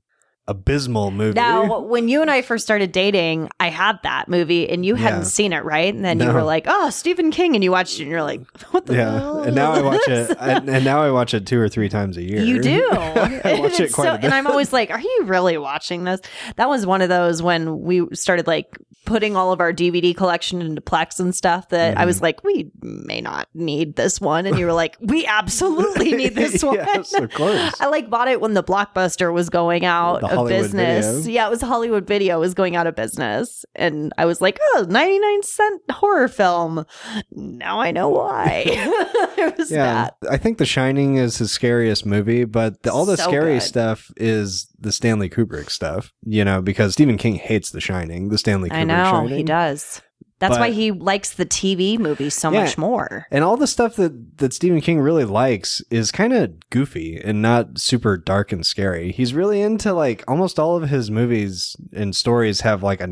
Speaker 2: abysmal movie.
Speaker 1: Now, when you and I first started dating, I had that movie and you hadn't
Speaker 2: Yeah.
Speaker 1: seen it, right? And then you
Speaker 2: No.
Speaker 1: were like, oh, Stephen King. And you watched it and you're like, what the hell
Speaker 2: yeah, and now
Speaker 1: is
Speaker 2: I watch
Speaker 1: this?
Speaker 2: it, and, and now I watch it two or three times a year.
Speaker 1: You do.
Speaker 2: I
Speaker 1: And
Speaker 2: watch it
Speaker 1: it's
Speaker 2: quite
Speaker 1: so-
Speaker 2: a bit.
Speaker 1: And I'm always like, are you really watching this? That was one of those when we started like putting all of our DVD collection into Plex and stuff that I
Speaker 2: Mm-hmm.
Speaker 1: was like, we may not need this one. And you were like, we absolutely need this one.
Speaker 2: yes, of course.
Speaker 1: I like bought it when the blockbuster was going out
Speaker 2: The
Speaker 1: of
Speaker 2: Hollywood
Speaker 1: business.
Speaker 2: Video.
Speaker 1: Yeah, it was Hollywood Video was going out of business, and I was like, "Oh, 99 cent horror film." Now I know why. it was that.
Speaker 2: I think The Shining is his scariest movie, but the, all the
Speaker 1: So
Speaker 2: scary
Speaker 1: good.
Speaker 2: stuff is the Stanley Kubrick stuff, you know, because Stephen King hates The Shining, the Stanley Kubrick
Speaker 1: I know
Speaker 2: Shining.
Speaker 1: he does. That's why
Speaker 2: But-
Speaker 1: he likes the TV movie so
Speaker 2: Yeah.
Speaker 1: much more.
Speaker 2: And all the stuff that, that Stephen King really likes is kind of goofy and not super dark and scary. He's really into like almost all of his movies and stories have like a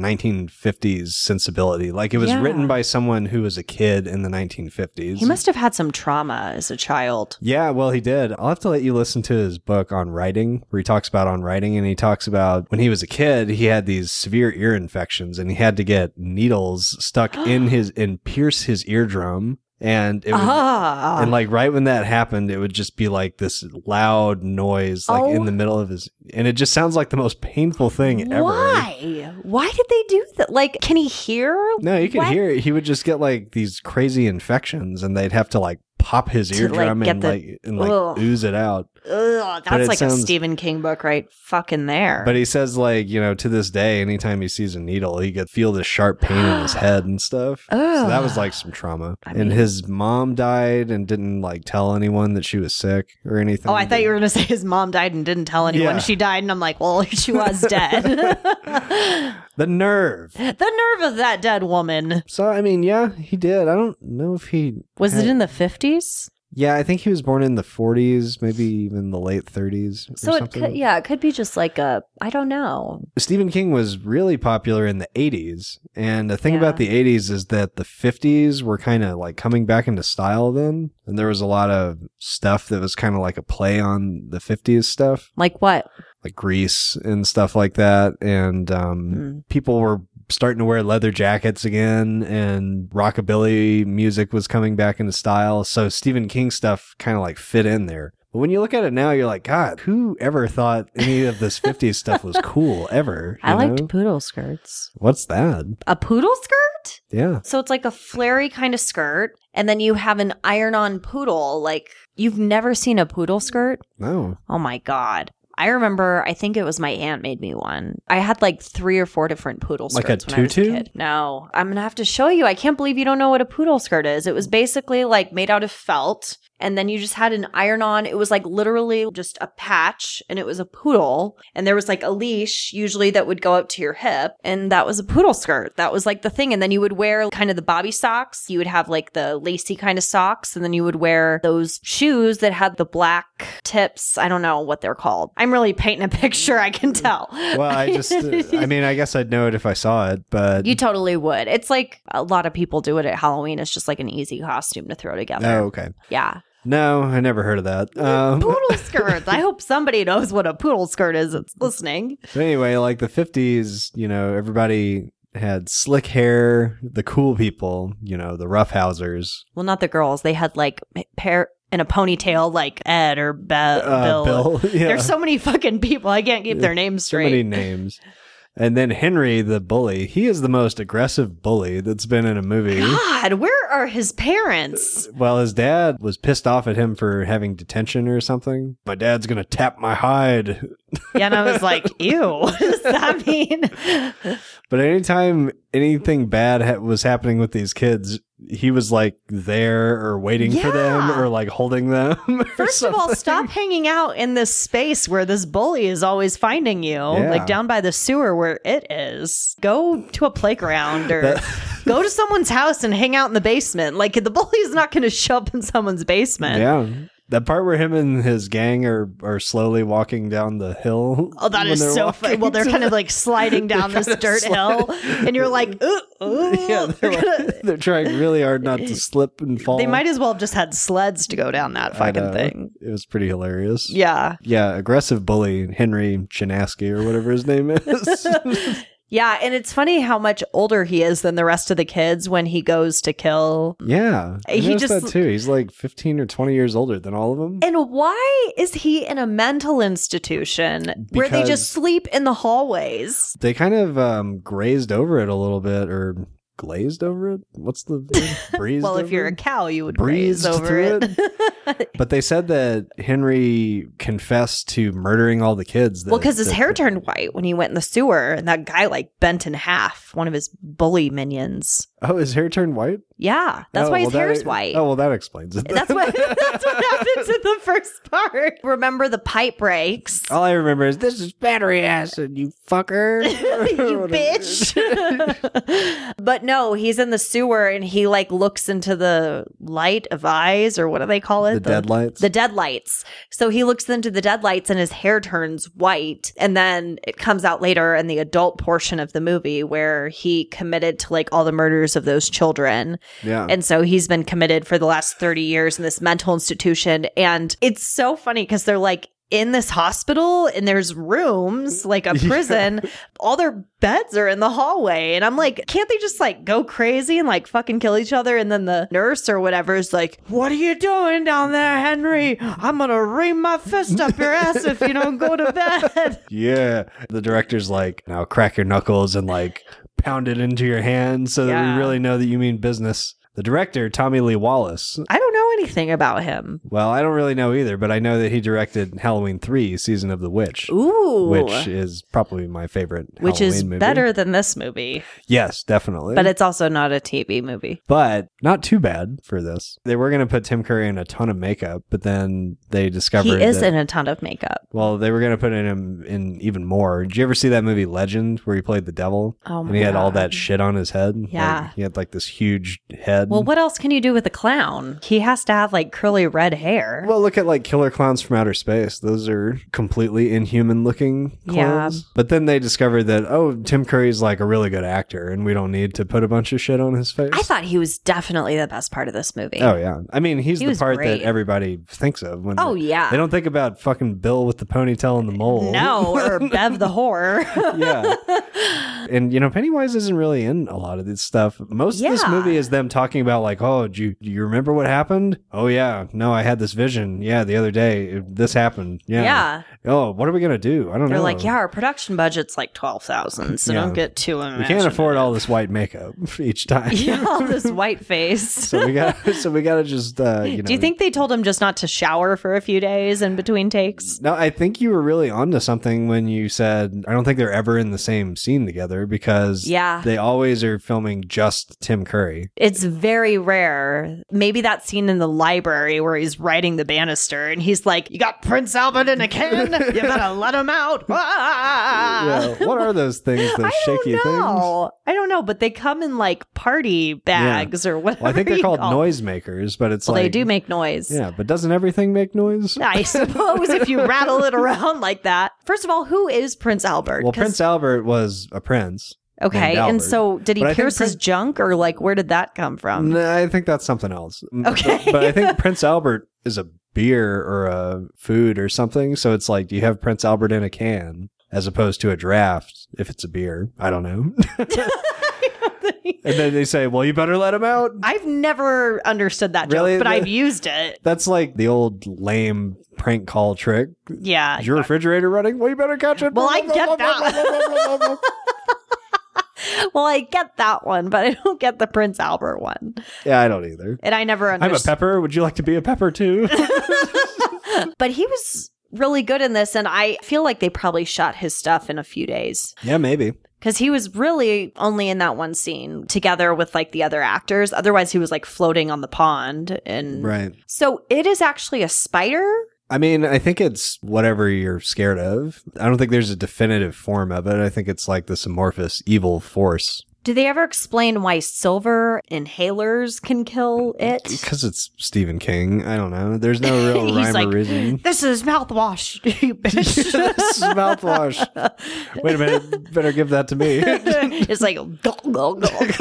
Speaker 2: 1950s sensibility. Like it was
Speaker 1: Yeah.
Speaker 2: written by someone who was a kid in the 1950s.
Speaker 1: He must have had some trauma as a child.
Speaker 2: Yeah, well, he did. I'll have to let you listen to his book on writing, where he talks about on writing, and he talks about when he was a kid, he had these severe ear infections, and he had to get needles stuck in his and pierce his eardrum, and it would,
Speaker 1: Ah,
Speaker 2: and like right when that happened, it would just be like this loud noise, like
Speaker 1: Oh.
Speaker 2: in the middle of his, and it just sounds like the most painful thing ever.
Speaker 1: why? Why did they do that? Like, can he hear?
Speaker 2: No, you can
Speaker 1: What?
Speaker 2: hear it. He would just get like these crazy infections, and they'd have to like pop his
Speaker 1: To, like,
Speaker 2: eardrum
Speaker 1: get
Speaker 2: and
Speaker 1: the-
Speaker 2: like and like
Speaker 1: Ugh.
Speaker 2: ooze it out.
Speaker 1: Ugh, that's
Speaker 2: it
Speaker 1: like a
Speaker 2: sounds-
Speaker 1: Stephen King book, right? Fucking there.
Speaker 2: But he says, like, you know, to this day, anytime he sees a needle, he could feel the sharp pain in his head and stuff. So that
Speaker 1: Ugh.
Speaker 2: was like some trauma.
Speaker 1: I mean-
Speaker 2: and his mom died and didn't like tell anyone that she was sick or anything.
Speaker 1: Oh, I thought you were going to say his mom died and didn't tell anyone
Speaker 2: Yeah.
Speaker 1: she died. And I'm like, well, she was dead. the
Speaker 2: the nerve.
Speaker 1: nerve of that dead woman.
Speaker 2: So I mean, yeah, he did. I don't know if he
Speaker 1: Was
Speaker 2: it
Speaker 1: it
Speaker 2: in
Speaker 1: in the 50s?
Speaker 2: Yeah, I think he was born in the 40s, maybe even the late 30s or
Speaker 1: So it
Speaker 2: something.
Speaker 1: could, yeah, it could be just like a, I don't know.
Speaker 2: Stephen King was really popular in the 80s. And the thing
Speaker 1: Yeah.
Speaker 2: about the 80s is that the 50s were kind of like coming back into style then. And there was a lot of stuff that was kind of like a play on the 50s stuff,
Speaker 1: Like what?
Speaker 2: like Grease and stuff like that. And um,
Speaker 1: Hmm.
Speaker 2: people were starting to wear leather jackets again and rockabilly music was coming back into style so stephen king stuff kind of like fit in there but when you look at it now you're like god who ever thought any of this 50s stuff was cool ever
Speaker 1: I
Speaker 2: you
Speaker 1: liked
Speaker 2: know?
Speaker 1: poodle skirts.
Speaker 2: what's that
Speaker 1: A poodle skirt?
Speaker 2: yeah
Speaker 1: So it's like a flary kind of skirt. And then you have an iron on poodle. Like, you've never seen a poodle skirt?
Speaker 2: no
Speaker 1: Oh my God. I remember, I think it was my aunt made me one. I had like three or four different poodle
Speaker 2: Like
Speaker 1: skirts.
Speaker 2: a
Speaker 1: when I was a
Speaker 2: tutu?
Speaker 1: kid. No, I'm going to have to show you. I can't believe you don't know what a poodle skirt is. It was basically like made out of felt. And then you just had an iron on. It was like literally just a patch and it was a poodle. And there was like a leash usually that would go up to your hip. And that was a poodle skirt. That was like the thing. And then you would wear kind of the bobby socks. You would have like the lacy kind of socks. And then you would wear those shoes that had the black tips. I don't know what they're called. I'm really painting a picture. I can tell.
Speaker 2: well i just i mean i guess i'd know it if i saw it but
Speaker 1: You totally would. It's like a lot of people do it at Halloween. It's just like an easy costume to throw together.
Speaker 2: oh okay
Speaker 1: Yeah.
Speaker 2: no i never heard of that um
Speaker 1: poodle skirts. I hope somebody knows what a poodle skirt is that's listening.
Speaker 2: But anyway, like the 50s, you know, everybody had slick hair, the cool people, you know, the roughhousers.
Speaker 1: Well, not the girls. They had like pair in a ponytail like Ed or Be- Bill.
Speaker 2: Uh, yeah.
Speaker 1: There's so many fucking people. I can't keep their names
Speaker 2: So
Speaker 1: straight.
Speaker 2: many names. And then Henry the bully, he is the most aggressive bully that's been in a movie.
Speaker 1: God, where are his parents?
Speaker 2: Well, his dad was pissed off at him for having detention or something. My dad's gonna tap my hide.
Speaker 1: Yeah, and I was like, ew. What does that mean?
Speaker 2: But anytime anything bad ha- was happening with these kids, he was like there or waiting for them
Speaker 1: Yeah.
Speaker 2: or like holding them. or
Speaker 1: First of all,
Speaker 2: something.
Speaker 1: stop hanging out in this space where this bully is always finding you, like
Speaker 2: Yeah.
Speaker 1: down by the sewer where it is. Go to a playground or
Speaker 2: That-
Speaker 1: go to someone's house and hang out in the basement. Like the bully's not going to show up in someone's basement.
Speaker 2: Yeah. That part where him and his gang are are slowly walking down the hill.
Speaker 1: Oh, that
Speaker 2: when
Speaker 1: is
Speaker 2: they're
Speaker 1: so
Speaker 2: walking
Speaker 1: funny. Well, they're
Speaker 2: to
Speaker 1: kind of
Speaker 2: the-
Speaker 1: like sliding down
Speaker 2: they're
Speaker 1: this
Speaker 2: kinda
Speaker 1: dirt hill,
Speaker 2: sliding.
Speaker 1: and you're like, ooh, ooh.
Speaker 2: yeah, they're, like, they're trying really hard not to slip and fall.
Speaker 1: they might as well have just had sleds to go down that
Speaker 2: Oh. I
Speaker 1: fucking
Speaker 2: know.
Speaker 1: thing.
Speaker 2: It was pretty hilarious.
Speaker 1: Yeah.
Speaker 2: Yeah, aggressive bully Henry Chinaski or whatever his name is.
Speaker 1: Yeah, and it's funny how much older he is than the rest of the kids when he goes to kill.
Speaker 2: yeah, I
Speaker 1: He
Speaker 2: noticed
Speaker 1: just-
Speaker 2: that too. He's like fifteen or twenty years older than all of them.
Speaker 1: And why is he in a mental institution where they
Speaker 2: Because-
Speaker 1: just sleep in the hallways?
Speaker 2: they kind of um, grazed over it a little bit, or glazed over it. What's the word? breezed?
Speaker 1: Well, if
Speaker 2: over
Speaker 1: you're a
Speaker 2: it?
Speaker 1: cow, you would
Speaker 2: Breezed
Speaker 1: breeze over
Speaker 2: through
Speaker 1: it.
Speaker 2: but they said that Henry confessed to murdering all the kids. That,
Speaker 1: well, because his
Speaker 2: that-
Speaker 1: hair
Speaker 2: that-
Speaker 1: turned white when he went in the sewer, and that guy like bent in half, one of his bully minions.
Speaker 2: Oh, his hair turned white.
Speaker 1: Yeah, that's
Speaker 2: Oh,
Speaker 1: why
Speaker 2: well,
Speaker 1: his
Speaker 2: that-
Speaker 1: hair's white.
Speaker 2: Oh well, that explains it.
Speaker 1: That's what that's what happens in the first part. Remember the pipe breaks.
Speaker 2: All I remember is this is battery acid, you fucker.
Speaker 1: you bitch. but no, he's in the sewer and he like looks into the light of eyes or what do they call it?
Speaker 2: The deadlights.
Speaker 1: The deadlights. So he looks into the deadlights and his hair turns white. And then it comes out later in the adult portion of the movie where he committed to like all the murders of those children.
Speaker 2: yeah.
Speaker 1: And so he's been committed for the last 30 years in this mental institution. And it's so funny because they're like, in this hospital, and there's rooms like a
Speaker 2: Yeah.
Speaker 1: prison. All their beds are in the hallway, and I'm like, can't they just like go crazy and like fucking kill each other? And then the nurse or whatever is like, "What are you doing down there, Henry? I'm gonna ream my fist up your ass if you don't go to bed."
Speaker 2: yeah. The director's like, now crack your knuckles and like pound it into your hand so that
Speaker 1: Yeah.
Speaker 2: we really know that you mean business. The director, Tommy Lee Wallace.
Speaker 1: I don't know anything about him.
Speaker 2: Well, I don't really know either, but I know that he directed Halloween 3, Season of the Witch,
Speaker 1: Ooh,
Speaker 2: which is probably my favorite.
Speaker 1: Which is
Speaker 2: Halloween movie.
Speaker 1: better than this movie,
Speaker 2: Yes, definitely.
Speaker 1: but it's also not a TV movie.
Speaker 2: but not too bad for this. They were going to put Tim Curry in a ton of makeup, but then they discovered
Speaker 1: He is
Speaker 2: that-
Speaker 1: in a ton of makeup.
Speaker 2: Well, they were going to put in him in even more. Did you ever see that movie Legend where he played the devil
Speaker 1: Oh my
Speaker 2: and he had all
Speaker 1: God.
Speaker 2: that shit on his head? Like,
Speaker 1: Yeah.
Speaker 2: he had like this huge head.
Speaker 1: Well, what else can you do with a clown? He has to have like curly red hair.
Speaker 2: Well, look at like Killer Clowns from Outer Space. Those are completely inhuman looking
Speaker 1: Yeah.
Speaker 2: clowns. But then they discovered that, oh, Tim Curry's like a really good actor and we don't need to put a bunch of shit on his face.
Speaker 1: I thought he was definitely the best part of this movie.
Speaker 2: Oh, yeah. I mean, he's
Speaker 1: He
Speaker 2: the
Speaker 1: was
Speaker 2: part
Speaker 1: great.
Speaker 2: that everybody thinks of when
Speaker 1: Oh,
Speaker 2: they-
Speaker 1: yeah.
Speaker 2: They don't think about fucking Bill with the ponytail and the mole.
Speaker 1: No, or Bev the whore.
Speaker 2: yeah. And you know, Pennywise isn't really in a lot of this stuff. Most of this
Speaker 1: Yeah.
Speaker 2: movie is them talking about like, oh, do you, do you remember what happened? Oh yeah, no, I had this vision. Yeah, the other day this happened. Yeah.
Speaker 1: Yeah.
Speaker 2: Oh, what are we gonna do? I don't
Speaker 1: They're
Speaker 2: know.
Speaker 1: like, yeah, our production budget's like 12,000, so
Speaker 2: Yeah.
Speaker 1: don't get too
Speaker 2: we
Speaker 1: imaginative.
Speaker 2: can't afford all this white makeup each time.
Speaker 1: Yeah, all this white face.
Speaker 2: so we got. So we gotta just. Uh, you know,
Speaker 1: Do you think they told him just not to shower for a few days in between takes?
Speaker 2: No, I think you were really onto something when you said I don't think they're ever in the same scene together because
Speaker 1: Yeah.
Speaker 2: they always are filming just Tim Curry.
Speaker 1: It's very rare. Maybe that scene in the library where he's riding the banister and he's like, You got Prince Albert in a can? You better let him out. Ah!
Speaker 2: yeah, what are those things? Those
Speaker 1: I don't
Speaker 2: shaky things?
Speaker 1: know. I don't know, but they come in like party bags or whatever.
Speaker 2: Well, I think they're
Speaker 1: you
Speaker 2: called
Speaker 1: call them.
Speaker 2: noisemakers, but it's
Speaker 1: Well,
Speaker 2: like
Speaker 1: they do make noise.
Speaker 2: Yeah, but doesn't everything make noise?
Speaker 1: I suppose if you rattle it around like that. First of all, who is Prince Albert?
Speaker 2: Well,
Speaker 1: 'Cause-
Speaker 2: Prince Albert was a prince.
Speaker 1: Okay, and
Speaker 2: named Albert.
Speaker 1: so did he
Speaker 2: But I think
Speaker 1: pierce his
Speaker 2: Prince-
Speaker 1: junk or like where did that come from?
Speaker 2: No, I think that's something else. M-
Speaker 1: Um, Okay.
Speaker 2: but, but I think Prince Albert is a beer or a food or something. So it's like you have Prince Albert in a can as opposed to a draft if it's a beer. I don't know. and then they say, "Well, you better let him out."
Speaker 1: I've never understood that
Speaker 2: Really?
Speaker 1: joke, but
Speaker 2: The-
Speaker 1: I've used it.
Speaker 2: That's like the old lame prank call trick.
Speaker 1: Yeah.
Speaker 2: Is your refrigerator running? Well, you better catch it.
Speaker 1: Well, I get that. well, I get that one, but I don't get the Prince Albert one.
Speaker 2: yeah, I don't either.
Speaker 1: And I never
Speaker 2: I'm a
Speaker 1: understood.
Speaker 2: pepper. Would you like to be a pepper too?
Speaker 1: but he was really good in this, and I feel like they probably shot his stuff in a few days
Speaker 2: yeah, maybe.
Speaker 1: because he was really only in that one scene together with like the other actors. Otherwise, he was like floating on the pond. And
Speaker 2: Right.
Speaker 1: so it is actually a spider.
Speaker 2: I mean, I think it's whatever you're scared of. I don't think there's a definitive form of it. I think it's like this amorphous evil force
Speaker 3: Do they ever explain why silver inhalers can kill it?
Speaker 2: Because it's Stephen King. I don't know. There's no real
Speaker 1: He's
Speaker 2: rhyme
Speaker 1: like,
Speaker 2: or reason.
Speaker 1: This is mouthwash, you
Speaker 2: this
Speaker 1: bitch.
Speaker 2: is mouthwash. Wait a minute. Better give that to me. I
Speaker 1: it's like gulp, gulp, gulp.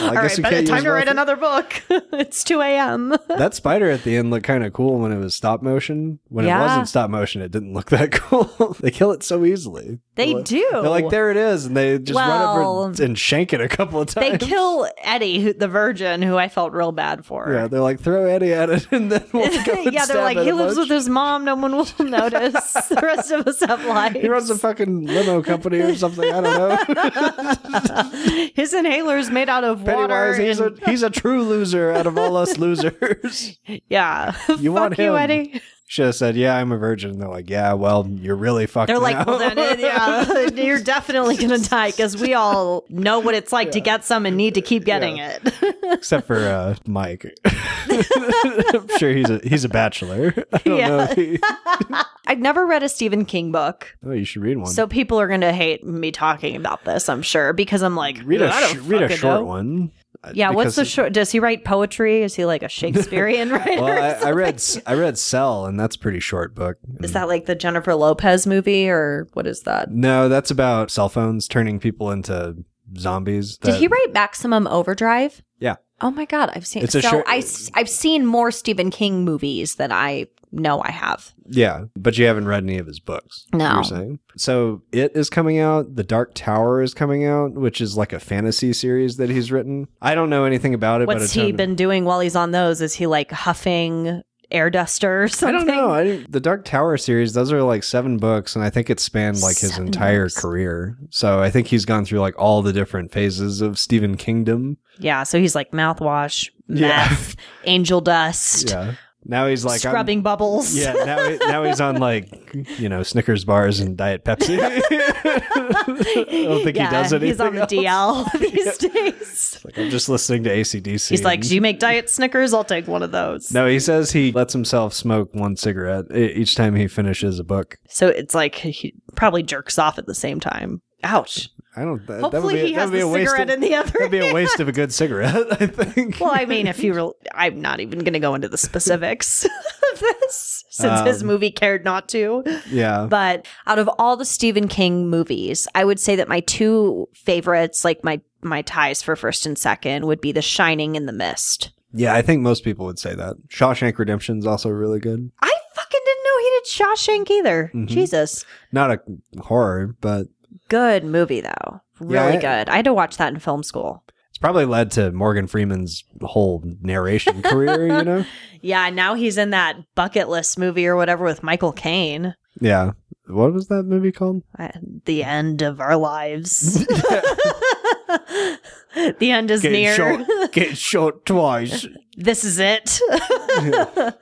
Speaker 1: All right,
Speaker 2: guess you
Speaker 1: but
Speaker 2: can't
Speaker 1: time
Speaker 2: use
Speaker 1: to write
Speaker 2: mouth-
Speaker 1: another book. it's two a.m.
Speaker 2: That spider at the end looked kind of cool when it was stop motion. When
Speaker 3: Yeah.
Speaker 2: it wasn't stop motion, it didn't look that cool. they kill it so easily.
Speaker 3: They
Speaker 2: They're
Speaker 3: do.
Speaker 1: Oh.
Speaker 2: like, there it is. And they just
Speaker 3: Well,
Speaker 2: run over and shank it a couple of
Speaker 1: They
Speaker 2: times.
Speaker 1: kill Eddie, who, the virgin, who I felt real bad for.
Speaker 2: Yeah, they're like, throw Eddie at it and then we'll go and
Speaker 1: yeah, they're
Speaker 2: stab
Speaker 1: like,
Speaker 2: it
Speaker 1: he
Speaker 2: a
Speaker 1: lives
Speaker 2: bunch."
Speaker 1: with his mom. No one will notice. the rest of us have lives.
Speaker 2: He runs a fucking limo company or something. I don't know.
Speaker 1: his inhaler is made out of water.
Speaker 2: Pennywise, he's,
Speaker 1: and-
Speaker 2: a, he's a true loser out of all us losers.
Speaker 1: yeah.
Speaker 2: You
Speaker 1: Fuck
Speaker 2: want
Speaker 1: you,
Speaker 2: him.
Speaker 1: Eddie.
Speaker 2: Should have said, yeah, I'm a virgin. And they're like, yeah, well, you're really fucked
Speaker 1: They're
Speaker 2: now."
Speaker 1: like, well, then, uh, yeah, you're definitely going to die because we all know what it's like to get some and need to keep getting it.
Speaker 2: Except for uh, Mike. I'm sure he's a, he's a bachelor. I don't
Speaker 1: Yeah.
Speaker 2: know. if he-
Speaker 1: I've never read a Stephen King book.
Speaker 2: oh, you should read one.
Speaker 1: So people are going to hate me talking about this, I'm sure, because I'm like,
Speaker 2: read a,
Speaker 1: I don't
Speaker 2: sh- read a
Speaker 1: fucking
Speaker 2: short
Speaker 1: know.
Speaker 2: one. Uh,
Speaker 1: Yeah, what's the
Speaker 2: because-
Speaker 1: short? Does he write poetry? Is he like a Shakespearean writer?
Speaker 2: Well, I, I read s- I read Cell, and that's a pretty short book.
Speaker 1: Is that like the Jennifer Lopez movie or what is that?
Speaker 2: No, that's about cell phones turning people into zombies.
Speaker 3: Did
Speaker 2: that-
Speaker 3: he write Maximum Overdrive?
Speaker 2: Yeah.
Speaker 3: Oh my god, I've seen.
Speaker 2: It's
Speaker 3: so
Speaker 2: a short-
Speaker 3: I have seen more Stephen King movies than I know I have.
Speaker 2: Yeah, but you haven't read any of his books.
Speaker 3: No.
Speaker 2: You're saying? So it is coming out. The Dark Tower is coming out, which is like a fantasy series that he's written. I don't know anything about it, but
Speaker 1: What's
Speaker 2: it's
Speaker 1: he been doing while he's on those? Is he like huffing air duster or
Speaker 2: I
Speaker 1: something?
Speaker 2: don't know. I didn't- the Dark Tower series, those are like seven books, and I think it spanned like his
Speaker 3: Seven
Speaker 2: entire
Speaker 3: books.
Speaker 2: career. So I think he's gone through like all the different phases of Stephen Kingdom.
Speaker 1: Yeah, so he's like mouthwash,
Speaker 2: Yeah.
Speaker 1: meth, angel dust,
Speaker 2: Yeah. Now he's like I'm-
Speaker 1: scrubbing bubbles.
Speaker 2: yeah. Now, he- now he's on like you know Snickers bars and Diet Pepsi. I don't think
Speaker 1: Yeah,
Speaker 2: he does anything.
Speaker 1: He's on the
Speaker 2: else.
Speaker 1: DL these days.
Speaker 2: Like I'm just listening to ACDC.
Speaker 1: He's like,
Speaker 2: and-
Speaker 1: Do you make diet Snickers? I'll take one of those.
Speaker 2: no, he says he lets himself smoke one cigarette e- each time he finishes a book.
Speaker 1: So it's like he probably jerks off at the same time. Ouch.
Speaker 2: I don't. That, that would
Speaker 1: Hopefully
Speaker 2: be,
Speaker 1: he
Speaker 2: that
Speaker 1: has
Speaker 2: would be
Speaker 1: the
Speaker 2: a waste.
Speaker 1: cigarette
Speaker 2: Of,
Speaker 1: in the other
Speaker 2: that'd be a waste of a good cigarette. I think.
Speaker 1: Well, I mean, if you were, I'm not even going to go into the specifics of this since his
Speaker 2: Um,
Speaker 1: movie cared not to.
Speaker 2: yeah.
Speaker 1: But
Speaker 3: Out of all the Stephen King movies, I would say that my two favorites, like my my ties for first and second, would be The Shining and The Mist.
Speaker 2: Yeah, I think most people would say that. Shawshank Redemption's also really good.
Speaker 1: I fucking didn't know he did Shawshank either.
Speaker 2: Mhm.
Speaker 1: Jesus.
Speaker 2: Not a horror, but
Speaker 3: Good movie though,
Speaker 2: Yeah,
Speaker 3: really
Speaker 2: I-
Speaker 3: good. I had to watch that in film school.
Speaker 2: it's probably led to Morgan Freeman's whole narration career, you know?
Speaker 1: Yeah, now he's in that bucket list movie or whatever with Michael Caine.
Speaker 2: Yeah. What was that movie called?
Speaker 1: Uh, The end of our lives. the end is near.
Speaker 2: get shot twice.
Speaker 1: This is it.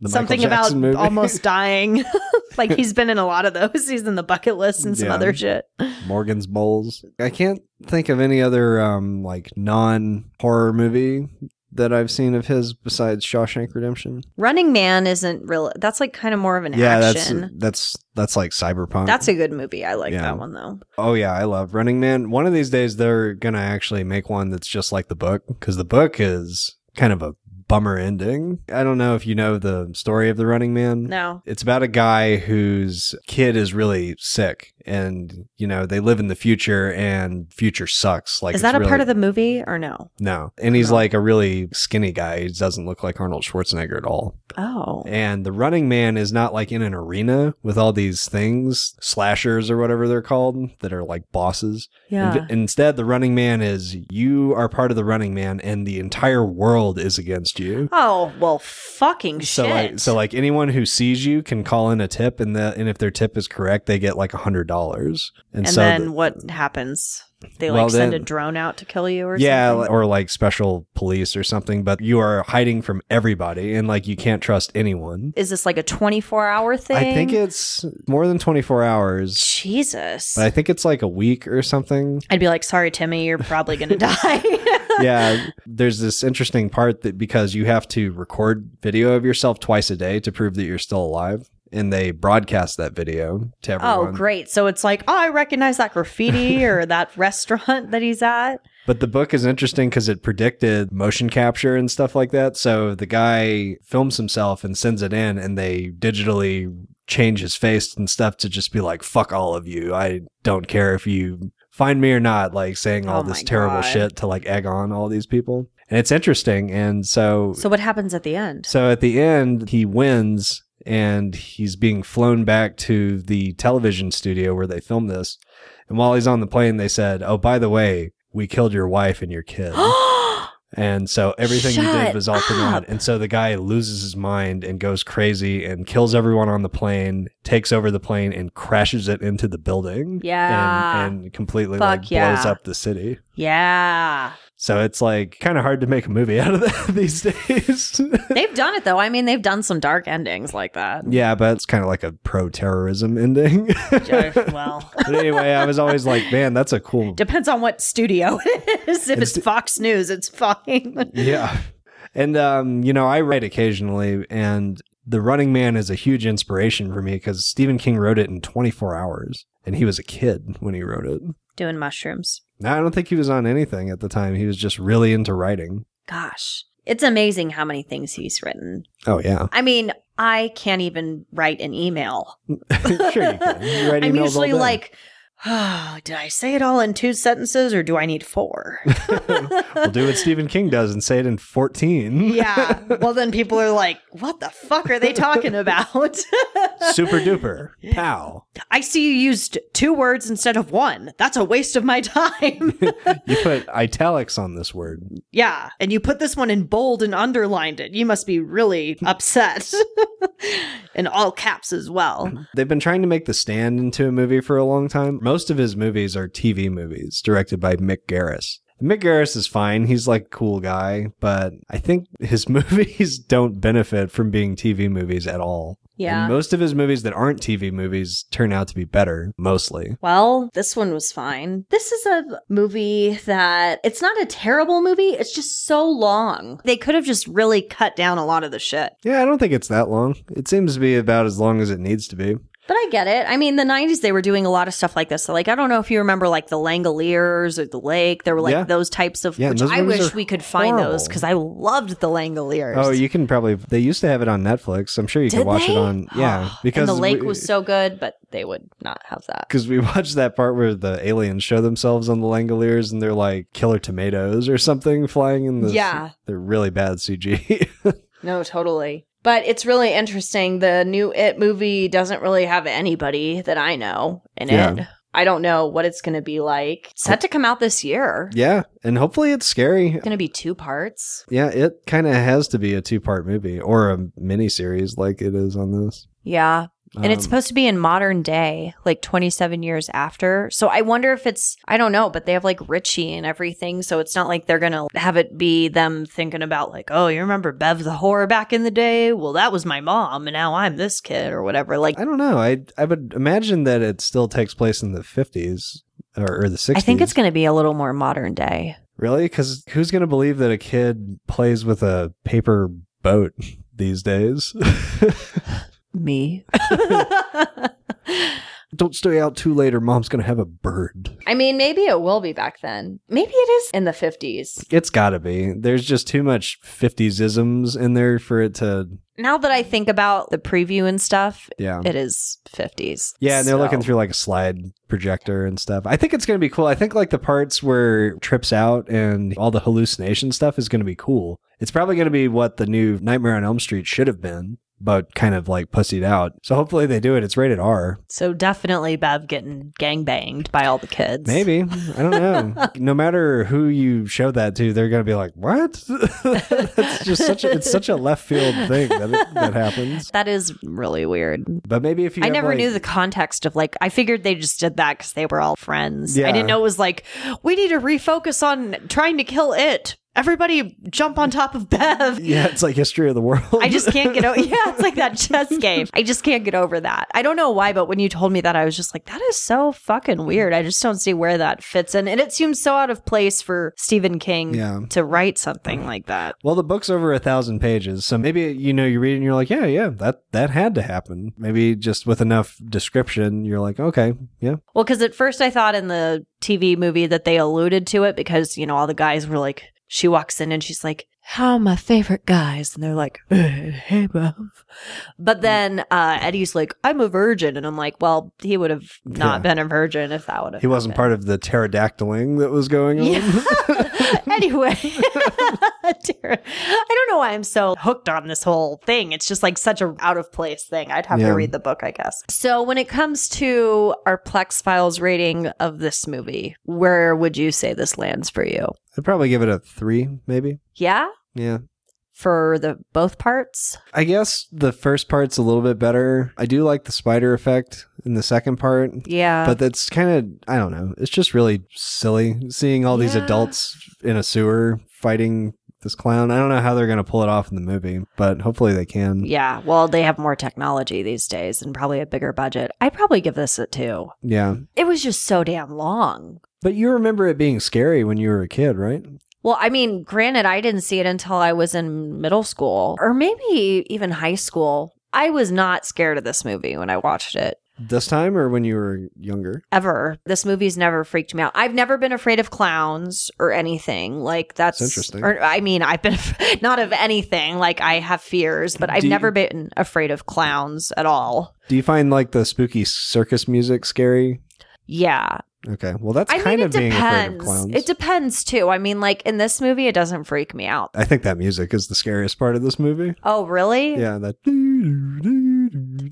Speaker 2: The
Speaker 1: Something
Speaker 2: Michael
Speaker 1: about
Speaker 2: Jackson movie.
Speaker 1: almost dying. like he's been in a lot of those. He's in the bucket list and some
Speaker 2: Yeah.
Speaker 1: other shit.
Speaker 2: Morgan's Bowls. I can't think of any other um like non horror movie that I've seen of his besides Shawshank Redemption.
Speaker 3: Running Man isn't real. That's like kind of more of an
Speaker 2: Yeah,
Speaker 3: action.
Speaker 2: that's that's that's like cyberpunk.
Speaker 3: That's a good movie. I like
Speaker 2: Yeah.
Speaker 3: that one though.
Speaker 2: Oh yeah, I love Running Man. One of these days they're gonna actually make one that's just like the book because the book is kind of a bummer ending. I don't know if you know the story of the Running Man.
Speaker 1: No.
Speaker 2: It's about a guy whose kid is really sick, and you know they live in the future, and future sucks. Like
Speaker 3: Is that
Speaker 2: it's
Speaker 3: a
Speaker 2: really-
Speaker 3: part of Oh. the movie or no?
Speaker 2: No, and he's
Speaker 3: No.
Speaker 2: like a really skinny guy. He doesn't look like Arnold Schwarzenegger at all.
Speaker 3: Oh.
Speaker 2: And the Running Man is not like in an arena with all these things, slashers or whatever they're called, that are like bosses.
Speaker 3: Yeah.
Speaker 2: In- instead, the running man is you are part of the running man, and the entire world is against you.
Speaker 1: Oh, well, fucking shit.
Speaker 2: So like, so like anyone who sees you can call in a tip, and the and if their tip is correct, they get like a hundred dollars. And,
Speaker 1: and
Speaker 2: so
Speaker 1: then
Speaker 2: the-
Speaker 1: what happens? They like
Speaker 2: Well,
Speaker 1: send
Speaker 2: then-
Speaker 1: a drone out to kill you or
Speaker 2: yeah,
Speaker 1: something?
Speaker 2: li- or like special police or something. But you are hiding from everybody, and like you can't trust anyone.
Speaker 3: Is this like a 24 hour thing?
Speaker 2: I think it's more than twenty four hours.
Speaker 3: Jesus.
Speaker 2: But I think it's like a week or something.
Speaker 1: I'd be like, sorry, Timmy, you're probably going to die.
Speaker 2: yeah, there's this interesting part that because you have to record video of yourself twice a day to prove that you're still alive. and they broadcast that video to
Speaker 1: Oh,
Speaker 2: everyone.
Speaker 1: great. So
Speaker 4: So it's like, oh, I recognize that graffiti or that restaurant that he's at.
Speaker 2: But the book is interesting because it predicted motion capture and stuff like that. So the guy films himself and sends it in, and they digitally change his face and stuff to just be like, fuck all of you. I don't care if you find me or not, like saying all
Speaker 1: Oh
Speaker 2: this
Speaker 1: my
Speaker 2: terrible
Speaker 1: God.
Speaker 2: shit to like egg on all these people. And it's interesting. And so,
Speaker 1: so what happens at the end?
Speaker 2: so at the end, he wins and he's being flown back to the television studio where they filmed this. And while he's on the plane, they said, Oh, by the way, we killed your wife and your kid. and so everything you did
Speaker 1: Shut
Speaker 2: was all out.
Speaker 1: up.
Speaker 2: And so the guy loses his mind and goes crazy and kills everyone on the plane, takes over the plane and crashes it into the building.
Speaker 1: Yeah.
Speaker 2: And, and completely
Speaker 1: Fuck
Speaker 2: like blows
Speaker 1: yeah.
Speaker 2: up the city.
Speaker 1: yeah.
Speaker 2: So it's like kind of hard to make a movie out of that these days.
Speaker 1: They've done it though. I mean, they've done some dark endings like that.
Speaker 2: Yeah, but it's kind of like a pro terrorism ending.
Speaker 4: Joke, well,
Speaker 2: but anyway, I was always like, man, that's a cool.
Speaker 4: depends on what studio it is. If it's,
Speaker 2: It's-
Speaker 4: Fox News, it's fine.
Speaker 2: yeah. And, um, you know, I write occasionally, and The Running Man is a huge inspiration for me because Stephen King wrote it in 24 hours, and he was a kid when he wrote it.
Speaker 1: Doing mushrooms.
Speaker 2: Now, I don't think he was on anything at the time. He was just really into writing.
Speaker 1: Gosh. It's amazing how many things he's written.
Speaker 2: Oh, yeah.
Speaker 1: I mean, I can't even write an email.
Speaker 2: sure, you can. You write
Speaker 1: I'm
Speaker 2: emails all
Speaker 1: usually
Speaker 2: day.
Speaker 1: like,
Speaker 4: Oh, did I say it all in two sentences or do I need four?
Speaker 2: we'll do what Stephen King does and say it in 14.
Speaker 4: yeah. Well, then people are like, what the fuck are they talking about?
Speaker 2: Super duper. Pow.
Speaker 4: I see you used two words instead of one. That's a waste of my time.
Speaker 2: You put italics on this word.
Speaker 4: yeah. And you put this one in bold and underlined it. You must be really upset. in all caps as well.
Speaker 2: They've been trying to make The Stand into a movie for a long time. Most of his movies are TV movies directed by Mick Garris. Mick Garris is fine. He's like a cool guy, but I think his movies don't benefit from being TV movies at all.
Speaker 1: yeah.
Speaker 2: And most of his movies that aren't TV movies turn out to be better, mostly.
Speaker 1: Well, this one was fine. This is a movie that it's not a terrible movie. It's just so long. They could have just really cut down a lot of the shit.
Speaker 2: Yeah, I don't think it's that long. It seems to be about as long as it needs to be.
Speaker 1: But I get it. I mean, the 90s, they were doing a lot of stuff like this. So, like, I don't know if you remember, like, the Langoliers or the Lake. There were, like,
Speaker 2: Yeah.
Speaker 1: those types of,
Speaker 2: Yeah, and
Speaker 1: which
Speaker 2: those
Speaker 1: I
Speaker 2: movies
Speaker 1: wish
Speaker 2: are
Speaker 1: we could find those
Speaker 2: horrible.
Speaker 1: because I loved the Langoliers.
Speaker 2: Oh, you can probably. They used to have it on Netflix. I'm sure you
Speaker 1: Did
Speaker 2: could watch
Speaker 1: they?
Speaker 2: it on. Yeah,
Speaker 1: and
Speaker 2: because
Speaker 1: the Lake
Speaker 2: we-
Speaker 1: was so good, but they would not have that.
Speaker 2: Because we watched that part where the aliens show themselves on the Langoliers and they're like killer tomatoes or something flying in the.
Speaker 1: Yeah.
Speaker 2: They're really bad CG.
Speaker 1: No, totally. But it's really interesting. The new It movie doesn't really have anybody that I know in
Speaker 2: Yeah.
Speaker 1: it. I don't know what it's going to be like. It's set to come out this year.
Speaker 2: yeah. And hopefully it's scary.
Speaker 1: It's going to be two parts.
Speaker 2: Yeah, it kind of has to be a two part movie or a mini series like it is on this.
Speaker 1: Yeah. And it's
Speaker 2: Um,
Speaker 1: supposed to be in modern day, like 27 years after. So I wonder if it's, I don't know, but they have like Richie and everything. So it's not like they're going to have it be them thinking about like,
Speaker 4: Oh, you remember Bev the Horror back in the day? Well, that was my mom, and now I'm this kid or whatever. Like,
Speaker 2: I don't know. I I would imagine that it still takes place in the 50s or, or the 60s.
Speaker 1: I think it's going to be a little more modern day.
Speaker 2: Really? Because who's going to believe that a kid plays with a paper boat these days?
Speaker 1: Me.
Speaker 2: Don't stay out too late or mom's going to have a bird.
Speaker 1: I mean, maybe it will be back then. Maybe it is in the 50s.
Speaker 2: It's got to be. There's just too much 50s isms in there for it to.
Speaker 1: Now that I think about the preview and stuff,
Speaker 2: Yeah.
Speaker 1: it is 50s.
Speaker 2: Um, Yeah, and they're
Speaker 1: So-
Speaker 2: looking through like a slide projector and stuff. I think it's going to be cool. I think like the parts where trips out and all the hallucination stuff is going to be cool. It's probably going to be what the new Nightmare on Elm Street should have been, but kind of like pussied out. So hopefully they do it. It's rated R.
Speaker 4: so definitely Bev getting gangbanged by all the kids.
Speaker 2: Maybe. I don't know. no matter who you show that to, they're going to be like, "What?" That's just such a, it's such a left field thing that it, that happens.
Speaker 1: That is really weird.
Speaker 2: But maybe if you
Speaker 1: I
Speaker 2: have,
Speaker 1: never
Speaker 2: like-
Speaker 1: knew the context of like, I figured they just did that because they were all friends.
Speaker 4: I
Speaker 2: Yeah.
Speaker 4: didn't know it was like, we need to refocus on trying to kill it.
Speaker 1: Everybody jump on top of Bev.
Speaker 2: Yeah, it's like history of the world.
Speaker 1: I just can't get over. Yeah, it's like that chess game. I just can't get over that. I don't know why, but when you told me that, I was just like, that is so fucking weird. I just don't see where that fits in, and it seems so out of place for Stephen King
Speaker 2: Yeah.
Speaker 1: to write something like that.
Speaker 2: Well, the book's over a thousand pages, so maybe you know you read it and you're like, yeah, yeah, that that had to happen. Maybe just with enough description, you're like, okay, yeah,
Speaker 1: Well, because at first I thought in the TV movie that they alluded to it because you know all the guys were like, she walks in and she's like. How my favorite guys, and they're like, "Eh, "Hey, Bev,"
Speaker 2: Hmm.
Speaker 1: but then uh, Eddie's like, "I'm a virgin," and I'm like, "Well, he would have not
Speaker 2: Yeah.
Speaker 1: been a virgin if that would have."
Speaker 2: he wasn't
Speaker 1: happened.
Speaker 2: part of the pterodactyling that was going on.
Speaker 1: Yeah. anyway, Tara, I don't know why I'm so hooked on this whole thing. It's just like such a out of place thing. I'd have
Speaker 2: Yeah.
Speaker 1: to read the book, I guess. So when it comes to our Plex Files rating of this movie, where would you say this lands for you?
Speaker 2: I'd probably give it a three, maybe.
Speaker 1: Yeah,
Speaker 2: Yeah,
Speaker 1: for the both parts.
Speaker 2: I guess the first part's a little bit better. I do like the spider effect in the second part.
Speaker 1: Yeah,
Speaker 2: But that's kind of, I don't know. It's just really silly seeing all these
Speaker 1: Yeah.
Speaker 2: adults in a sewer fighting this clown. I don't know how they're going to pull it off in the movie, but hopefully they can.
Speaker 1: yeah. Well, they have more technology these days and probably a bigger budget. I'd probably give this a two.
Speaker 2: yeah.
Speaker 1: It was just so damn long.
Speaker 2: But you remember it being scary when you were a kid, right?
Speaker 1: Well, I mean, granted, I didn't see it until I was in middle school or maybe even high school. I was not scared of this movie when I watched it
Speaker 2: This time or when you were younger?
Speaker 1: ever. This movie's never freaked me out. I've never been afraid of clowns or anything. Like that's,
Speaker 2: That's interesting.
Speaker 1: Or I mean, I've been not of anything. Like I have fears, but I've
Speaker 2: Do you-
Speaker 1: never been afraid of clowns at all.
Speaker 2: Do you find like the spooky circus music scary?
Speaker 1: Yeah.
Speaker 2: Okay. Well, that's
Speaker 1: I mean,
Speaker 2: kind
Speaker 1: it
Speaker 2: of being afraid of
Speaker 1: depends.
Speaker 2: clowns.
Speaker 1: It depends too. I mean, like in this movie, it doesn't freak me out.
Speaker 2: I think that music is the scariest part of this movie.
Speaker 1: Oh, really?
Speaker 2: Yeah, that.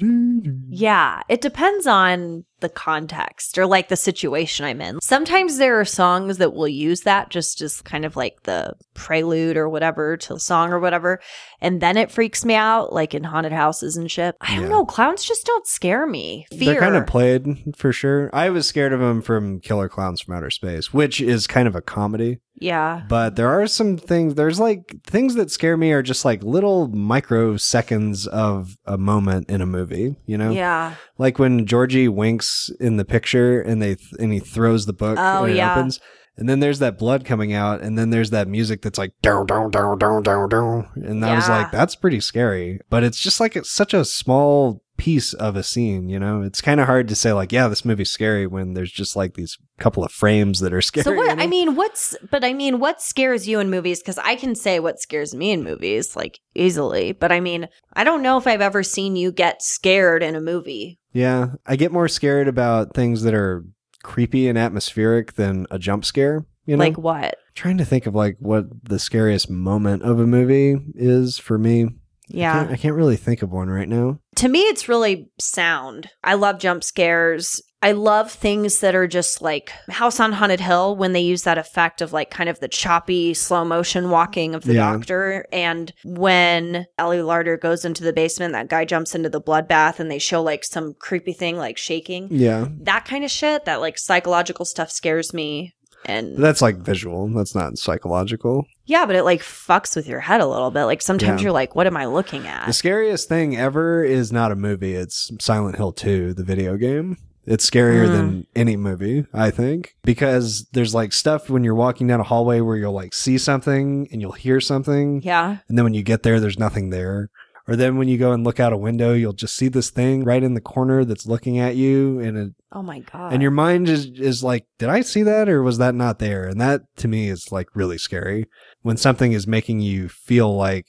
Speaker 1: Yeah, it depends on the context or like the situation I'm in. Sometimes there are songs that will use that just as kind of like the prelude or whatever to the song or whatever. And then it freaks me out, like in haunted houses and shit. I don't
Speaker 2: Yeah.
Speaker 1: know. Clowns just don't scare me. Fear.
Speaker 2: They're kind of played for sure. I was scared of them from Killer Clowns from Outer Space, which is kind of a comedy.
Speaker 1: yeah.
Speaker 2: But there are some things, there's like things that scare me are just like little microseconds of a moment in a movie, you know?
Speaker 1: Yeah.
Speaker 2: Like when Georgie winks in the picture and they and he throws the book
Speaker 1: Oh,
Speaker 2: and it
Speaker 1: yeah.
Speaker 2: opens. And then there's that blood coming out, and then there's that music that's like down, down, down, down, down, down. And I was
Speaker 1: Yeah.
Speaker 2: like, that's pretty scary. But it's just like it's such a small piece of a scene, you know? It's kind of hard to say, like, yeah, this movie's scary when there's just like these couple of frames that are scary.
Speaker 1: So
Speaker 2: you
Speaker 1: what
Speaker 2: know?
Speaker 1: I mean, what's but I mean, what scares you in movies? Because I can say what scares me in movies like easily, but I mean, I don't know if I've ever seen you get scared in a movie.
Speaker 2: Yeah, I get more scared about things that are creepy and atmospheric than a jump scare. You know,
Speaker 1: Like what?
Speaker 2: trying to think of like what the scariest moment of a movie is for me. I
Speaker 1: Yeah.
Speaker 2: can't, I can't really think of one right now.
Speaker 1: to me it's really sound i love jump scares i love things that are just like house on haunted hill when they use that effect of like kind of the choppy slow motion walking of the
Speaker 2: Yeah.
Speaker 1: doctor and when ellie larder goes into the basement that guy jumps into the bloodbath and they show like some creepy thing like shaking
Speaker 2: Yeah,
Speaker 1: that kind of shit that like psychological stuff scares me and
Speaker 2: that's like visual. That's not psychological.
Speaker 1: yeah but it like fucks with your head a little bit like sometimes
Speaker 2: Yeah.
Speaker 1: you're like what am i looking at
Speaker 2: The scariest thing ever is not a movie. It's Silent Hill 2, the video game. It's scarier
Speaker 1: Mm.
Speaker 2: than any movie, I think, because there's like stuff when you're walking down a hallway where you'll like see something and you'll hear something.
Speaker 1: yeah
Speaker 2: And then when you get there, there's nothing there. Or then when you go and look out a window, you'll just see this thing right in the corner that's looking at you, and it,
Speaker 1: oh my god
Speaker 2: and your mind is is like, did I see that or was that not there? And that to me is like really scary when something is making you feel like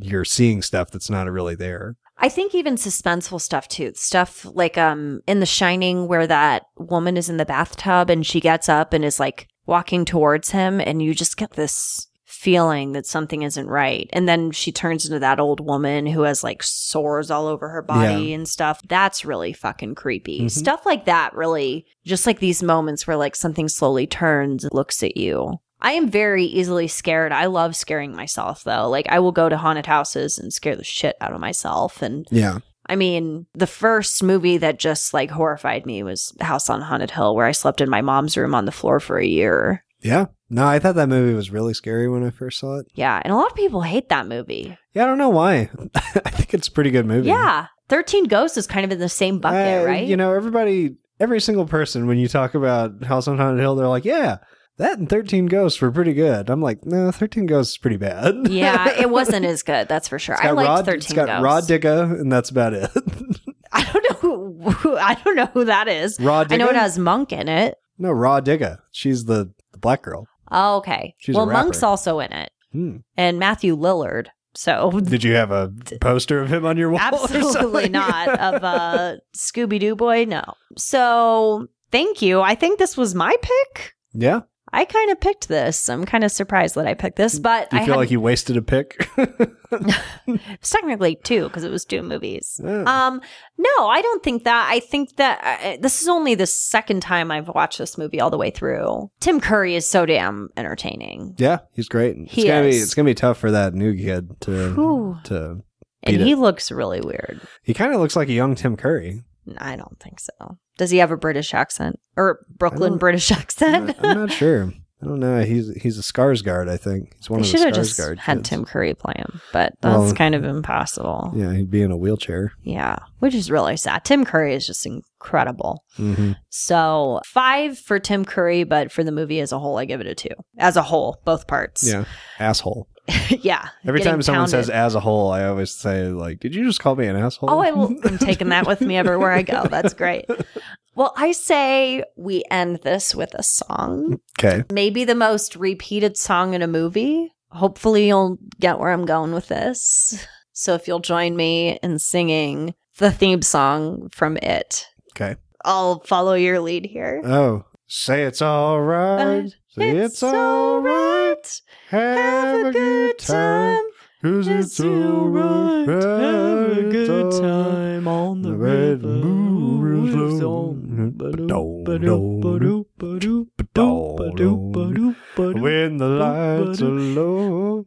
Speaker 2: you're seeing stuff that's not really there.
Speaker 1: I think even suspenseful stuff too. Stuff like um in The Shining where that woman is in the bathtub and she gets up and is like walking towards him and you just get this feeling that something isn't right. And then she turns into that old woman who has like sores all over her body and stuff. That's really fucking creepy.
Speaker 2: Mhm.
Speaker 1: Stuff like that really just like these moments where like something slowly turns and looks at you. I am very easily scared. I love scaring myself though. Like I will go to haunted houses and scare the shit out of myself and
Speaker 2: Yeah,
Speaker 1: I mean, the first movie that just like horrified me was House on Haunted Hill, where I slept in my mom's room on the floor for a year.
Speaker 2: Yeah. No, I thought that movie was really scary when I first saw it.
Speaker 1: Yeah, and a lot of people hate that movie.
Speaker 2: Yeah, I don't know why. I think it's a pretty good movie.
Speaker 1: Yeah, Thirteen Ghosts is kind of in the same bucket,
Speaker 2: Uh,
Speaker 1: right?
Speaker 2: You know, everybody, every single person, when you talk about House on Haunted Hill, they're like, yeah, that and 13 Ghosts were pretty good. I'm like, no, 13 Ghosts is pretty bad.
Speaker 1: yeah, it wasn't as good. That's for sure.
Speaker 2: It's
Speaker 1: I
Speaker 2: got
Speaker 1: liked
Speaker 2: Rod,
Speaker 1: Thirteen
Speaker 2: It's got
Speaker 1: Ghosts.
Speaker 2: Rod Digga, and that's about it.
Speaker 1: I don't know. Who, who- I don't know who that is.
Speaker 2: Rod Digga?
Speaker 1: I know it has Monk in it.
Speaker 2: No, Raw Digga. She's the, the black girl.
Speaker 1: Oh, okay.
Speaker 2: She's a
Speaker 1: well,
Speaker 2: rapper.
Speaker 1: Monk's also in it,
Speaker 2: Hmm.
Speaker 1: and Matthew Lillard. So
Speaker 2: Did you have a poster of him on your wall? or
Speaker 1: absolutely
Speaker 2: something?
Speaker 1: not of uh, Scooby Doo boy. No. So thank you. I think this was my pick.
Speaker 2: yeah.
Speaker 1: I kind of picked this. I'm kind of surprised that I picked this, but
Speaker 2: Do you
Speaker 1: I
Speaker 2: feel
Speaker 1: had-
Speaker 2: like you wasted a pick?
Speaker 1: it's technically two because it was two movies.
Speaker 2: Yeah.
Speaker 1: Um, no, I don't think that. I think that uh, this is only the second time I've watched this movie all the way through. Tim Curry is so damn entertaining,
Speaker 2: yeah, he's great. It's
Speaker 1: He
Speaker 2: gonna be
Speaker 1: is.
Speaker 2: it's gonna be tough for that new kid to
Speaker 1: Whew.
Speaker 2: to
Speaker 1: and
Speaker 2: Beat
Speaker 1: he looks really weird.
Speaker 2: he kinda looks like a young Tim Curry.
Speaker 1: I don't think so. Does he have a British accent or Brooklyn
Speaker 2: don't-
Speaker 1: British
Speaker 2: I'm
Speaker 1: accent?
Speaker 2: not, I'm not sure. I don't know. He's he's a Skarsgård, I think. He's one
Speaker 1: They
Speaker 2: of the
Speaker 1: should have just
Speaker 2: Skarsgård
Speaker 1: had
Speaker 2: kids.
Speaker 1: Tim Curry play him, but that's
Speaker 2: Well,
Speaker 1: kind of impossible. Yeah.
Speaker 2: Yeah, he'd be in a wheelchair.
Speaker 1: which is really sad. Tim Curry is just incredible.
Speaker 2: hmm
Speaker 1: So five for Tim Curry, but for the movie as a whole, I give it a two. As a whole, both parts.
Speaker 2: Yeah. Asshole.
Speaker 1: yeah.
Speaker 2: Every
Speaker 1: Getting
Speaker 2: time someone
Speaker 1: pounded.
Speaker 2: says as a whole, I always say like, Did you just call me an asshole?
Speaker 1: Oh, I will. I'm taking that with me everywhere I go. That's great. Well, I say we end this with a song.
Speaker 2: Okay.
Speaker 1: Maybe the most repeated song in a movie. Hopefully, you'll get where I'm going with this. So, if you'll join me in singing the theme song from it,
Speaker 2: Okay.
Speaker 1: I'll follow your lead here.
Speaker 2: Oh. Say it's all right. Say it's, all right. Have a good time. Cause it's alright. Have a good time.
Speaker 4: on
Speaker 2: The red moon is low. When the lights are low.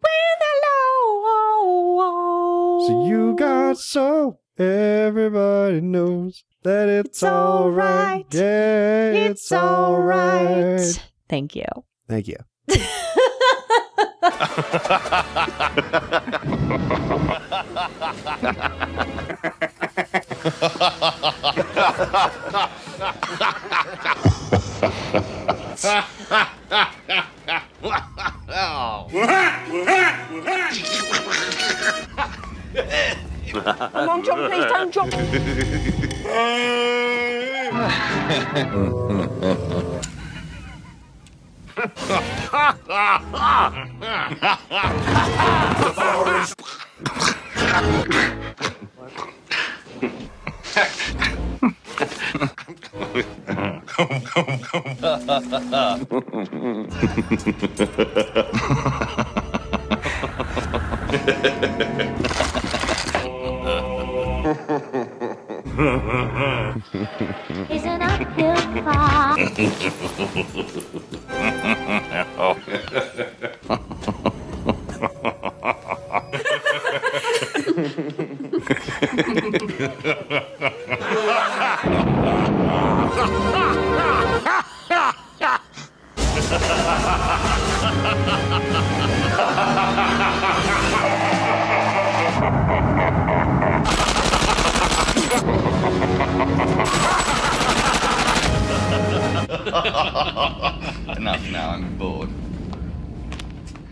Speaker 2: So you got so everybody knows that it's,
Speaker 1: It's
Speaker 2: alright.
Speaker 1: alright.
Speaker 2: Yeah, it's,
Speaker 1: It's all right. Thank you.
Speaker 2: Thank you.
Speaker 5: is an uphill climb.
Speaker 6: Enough now, I'm bored.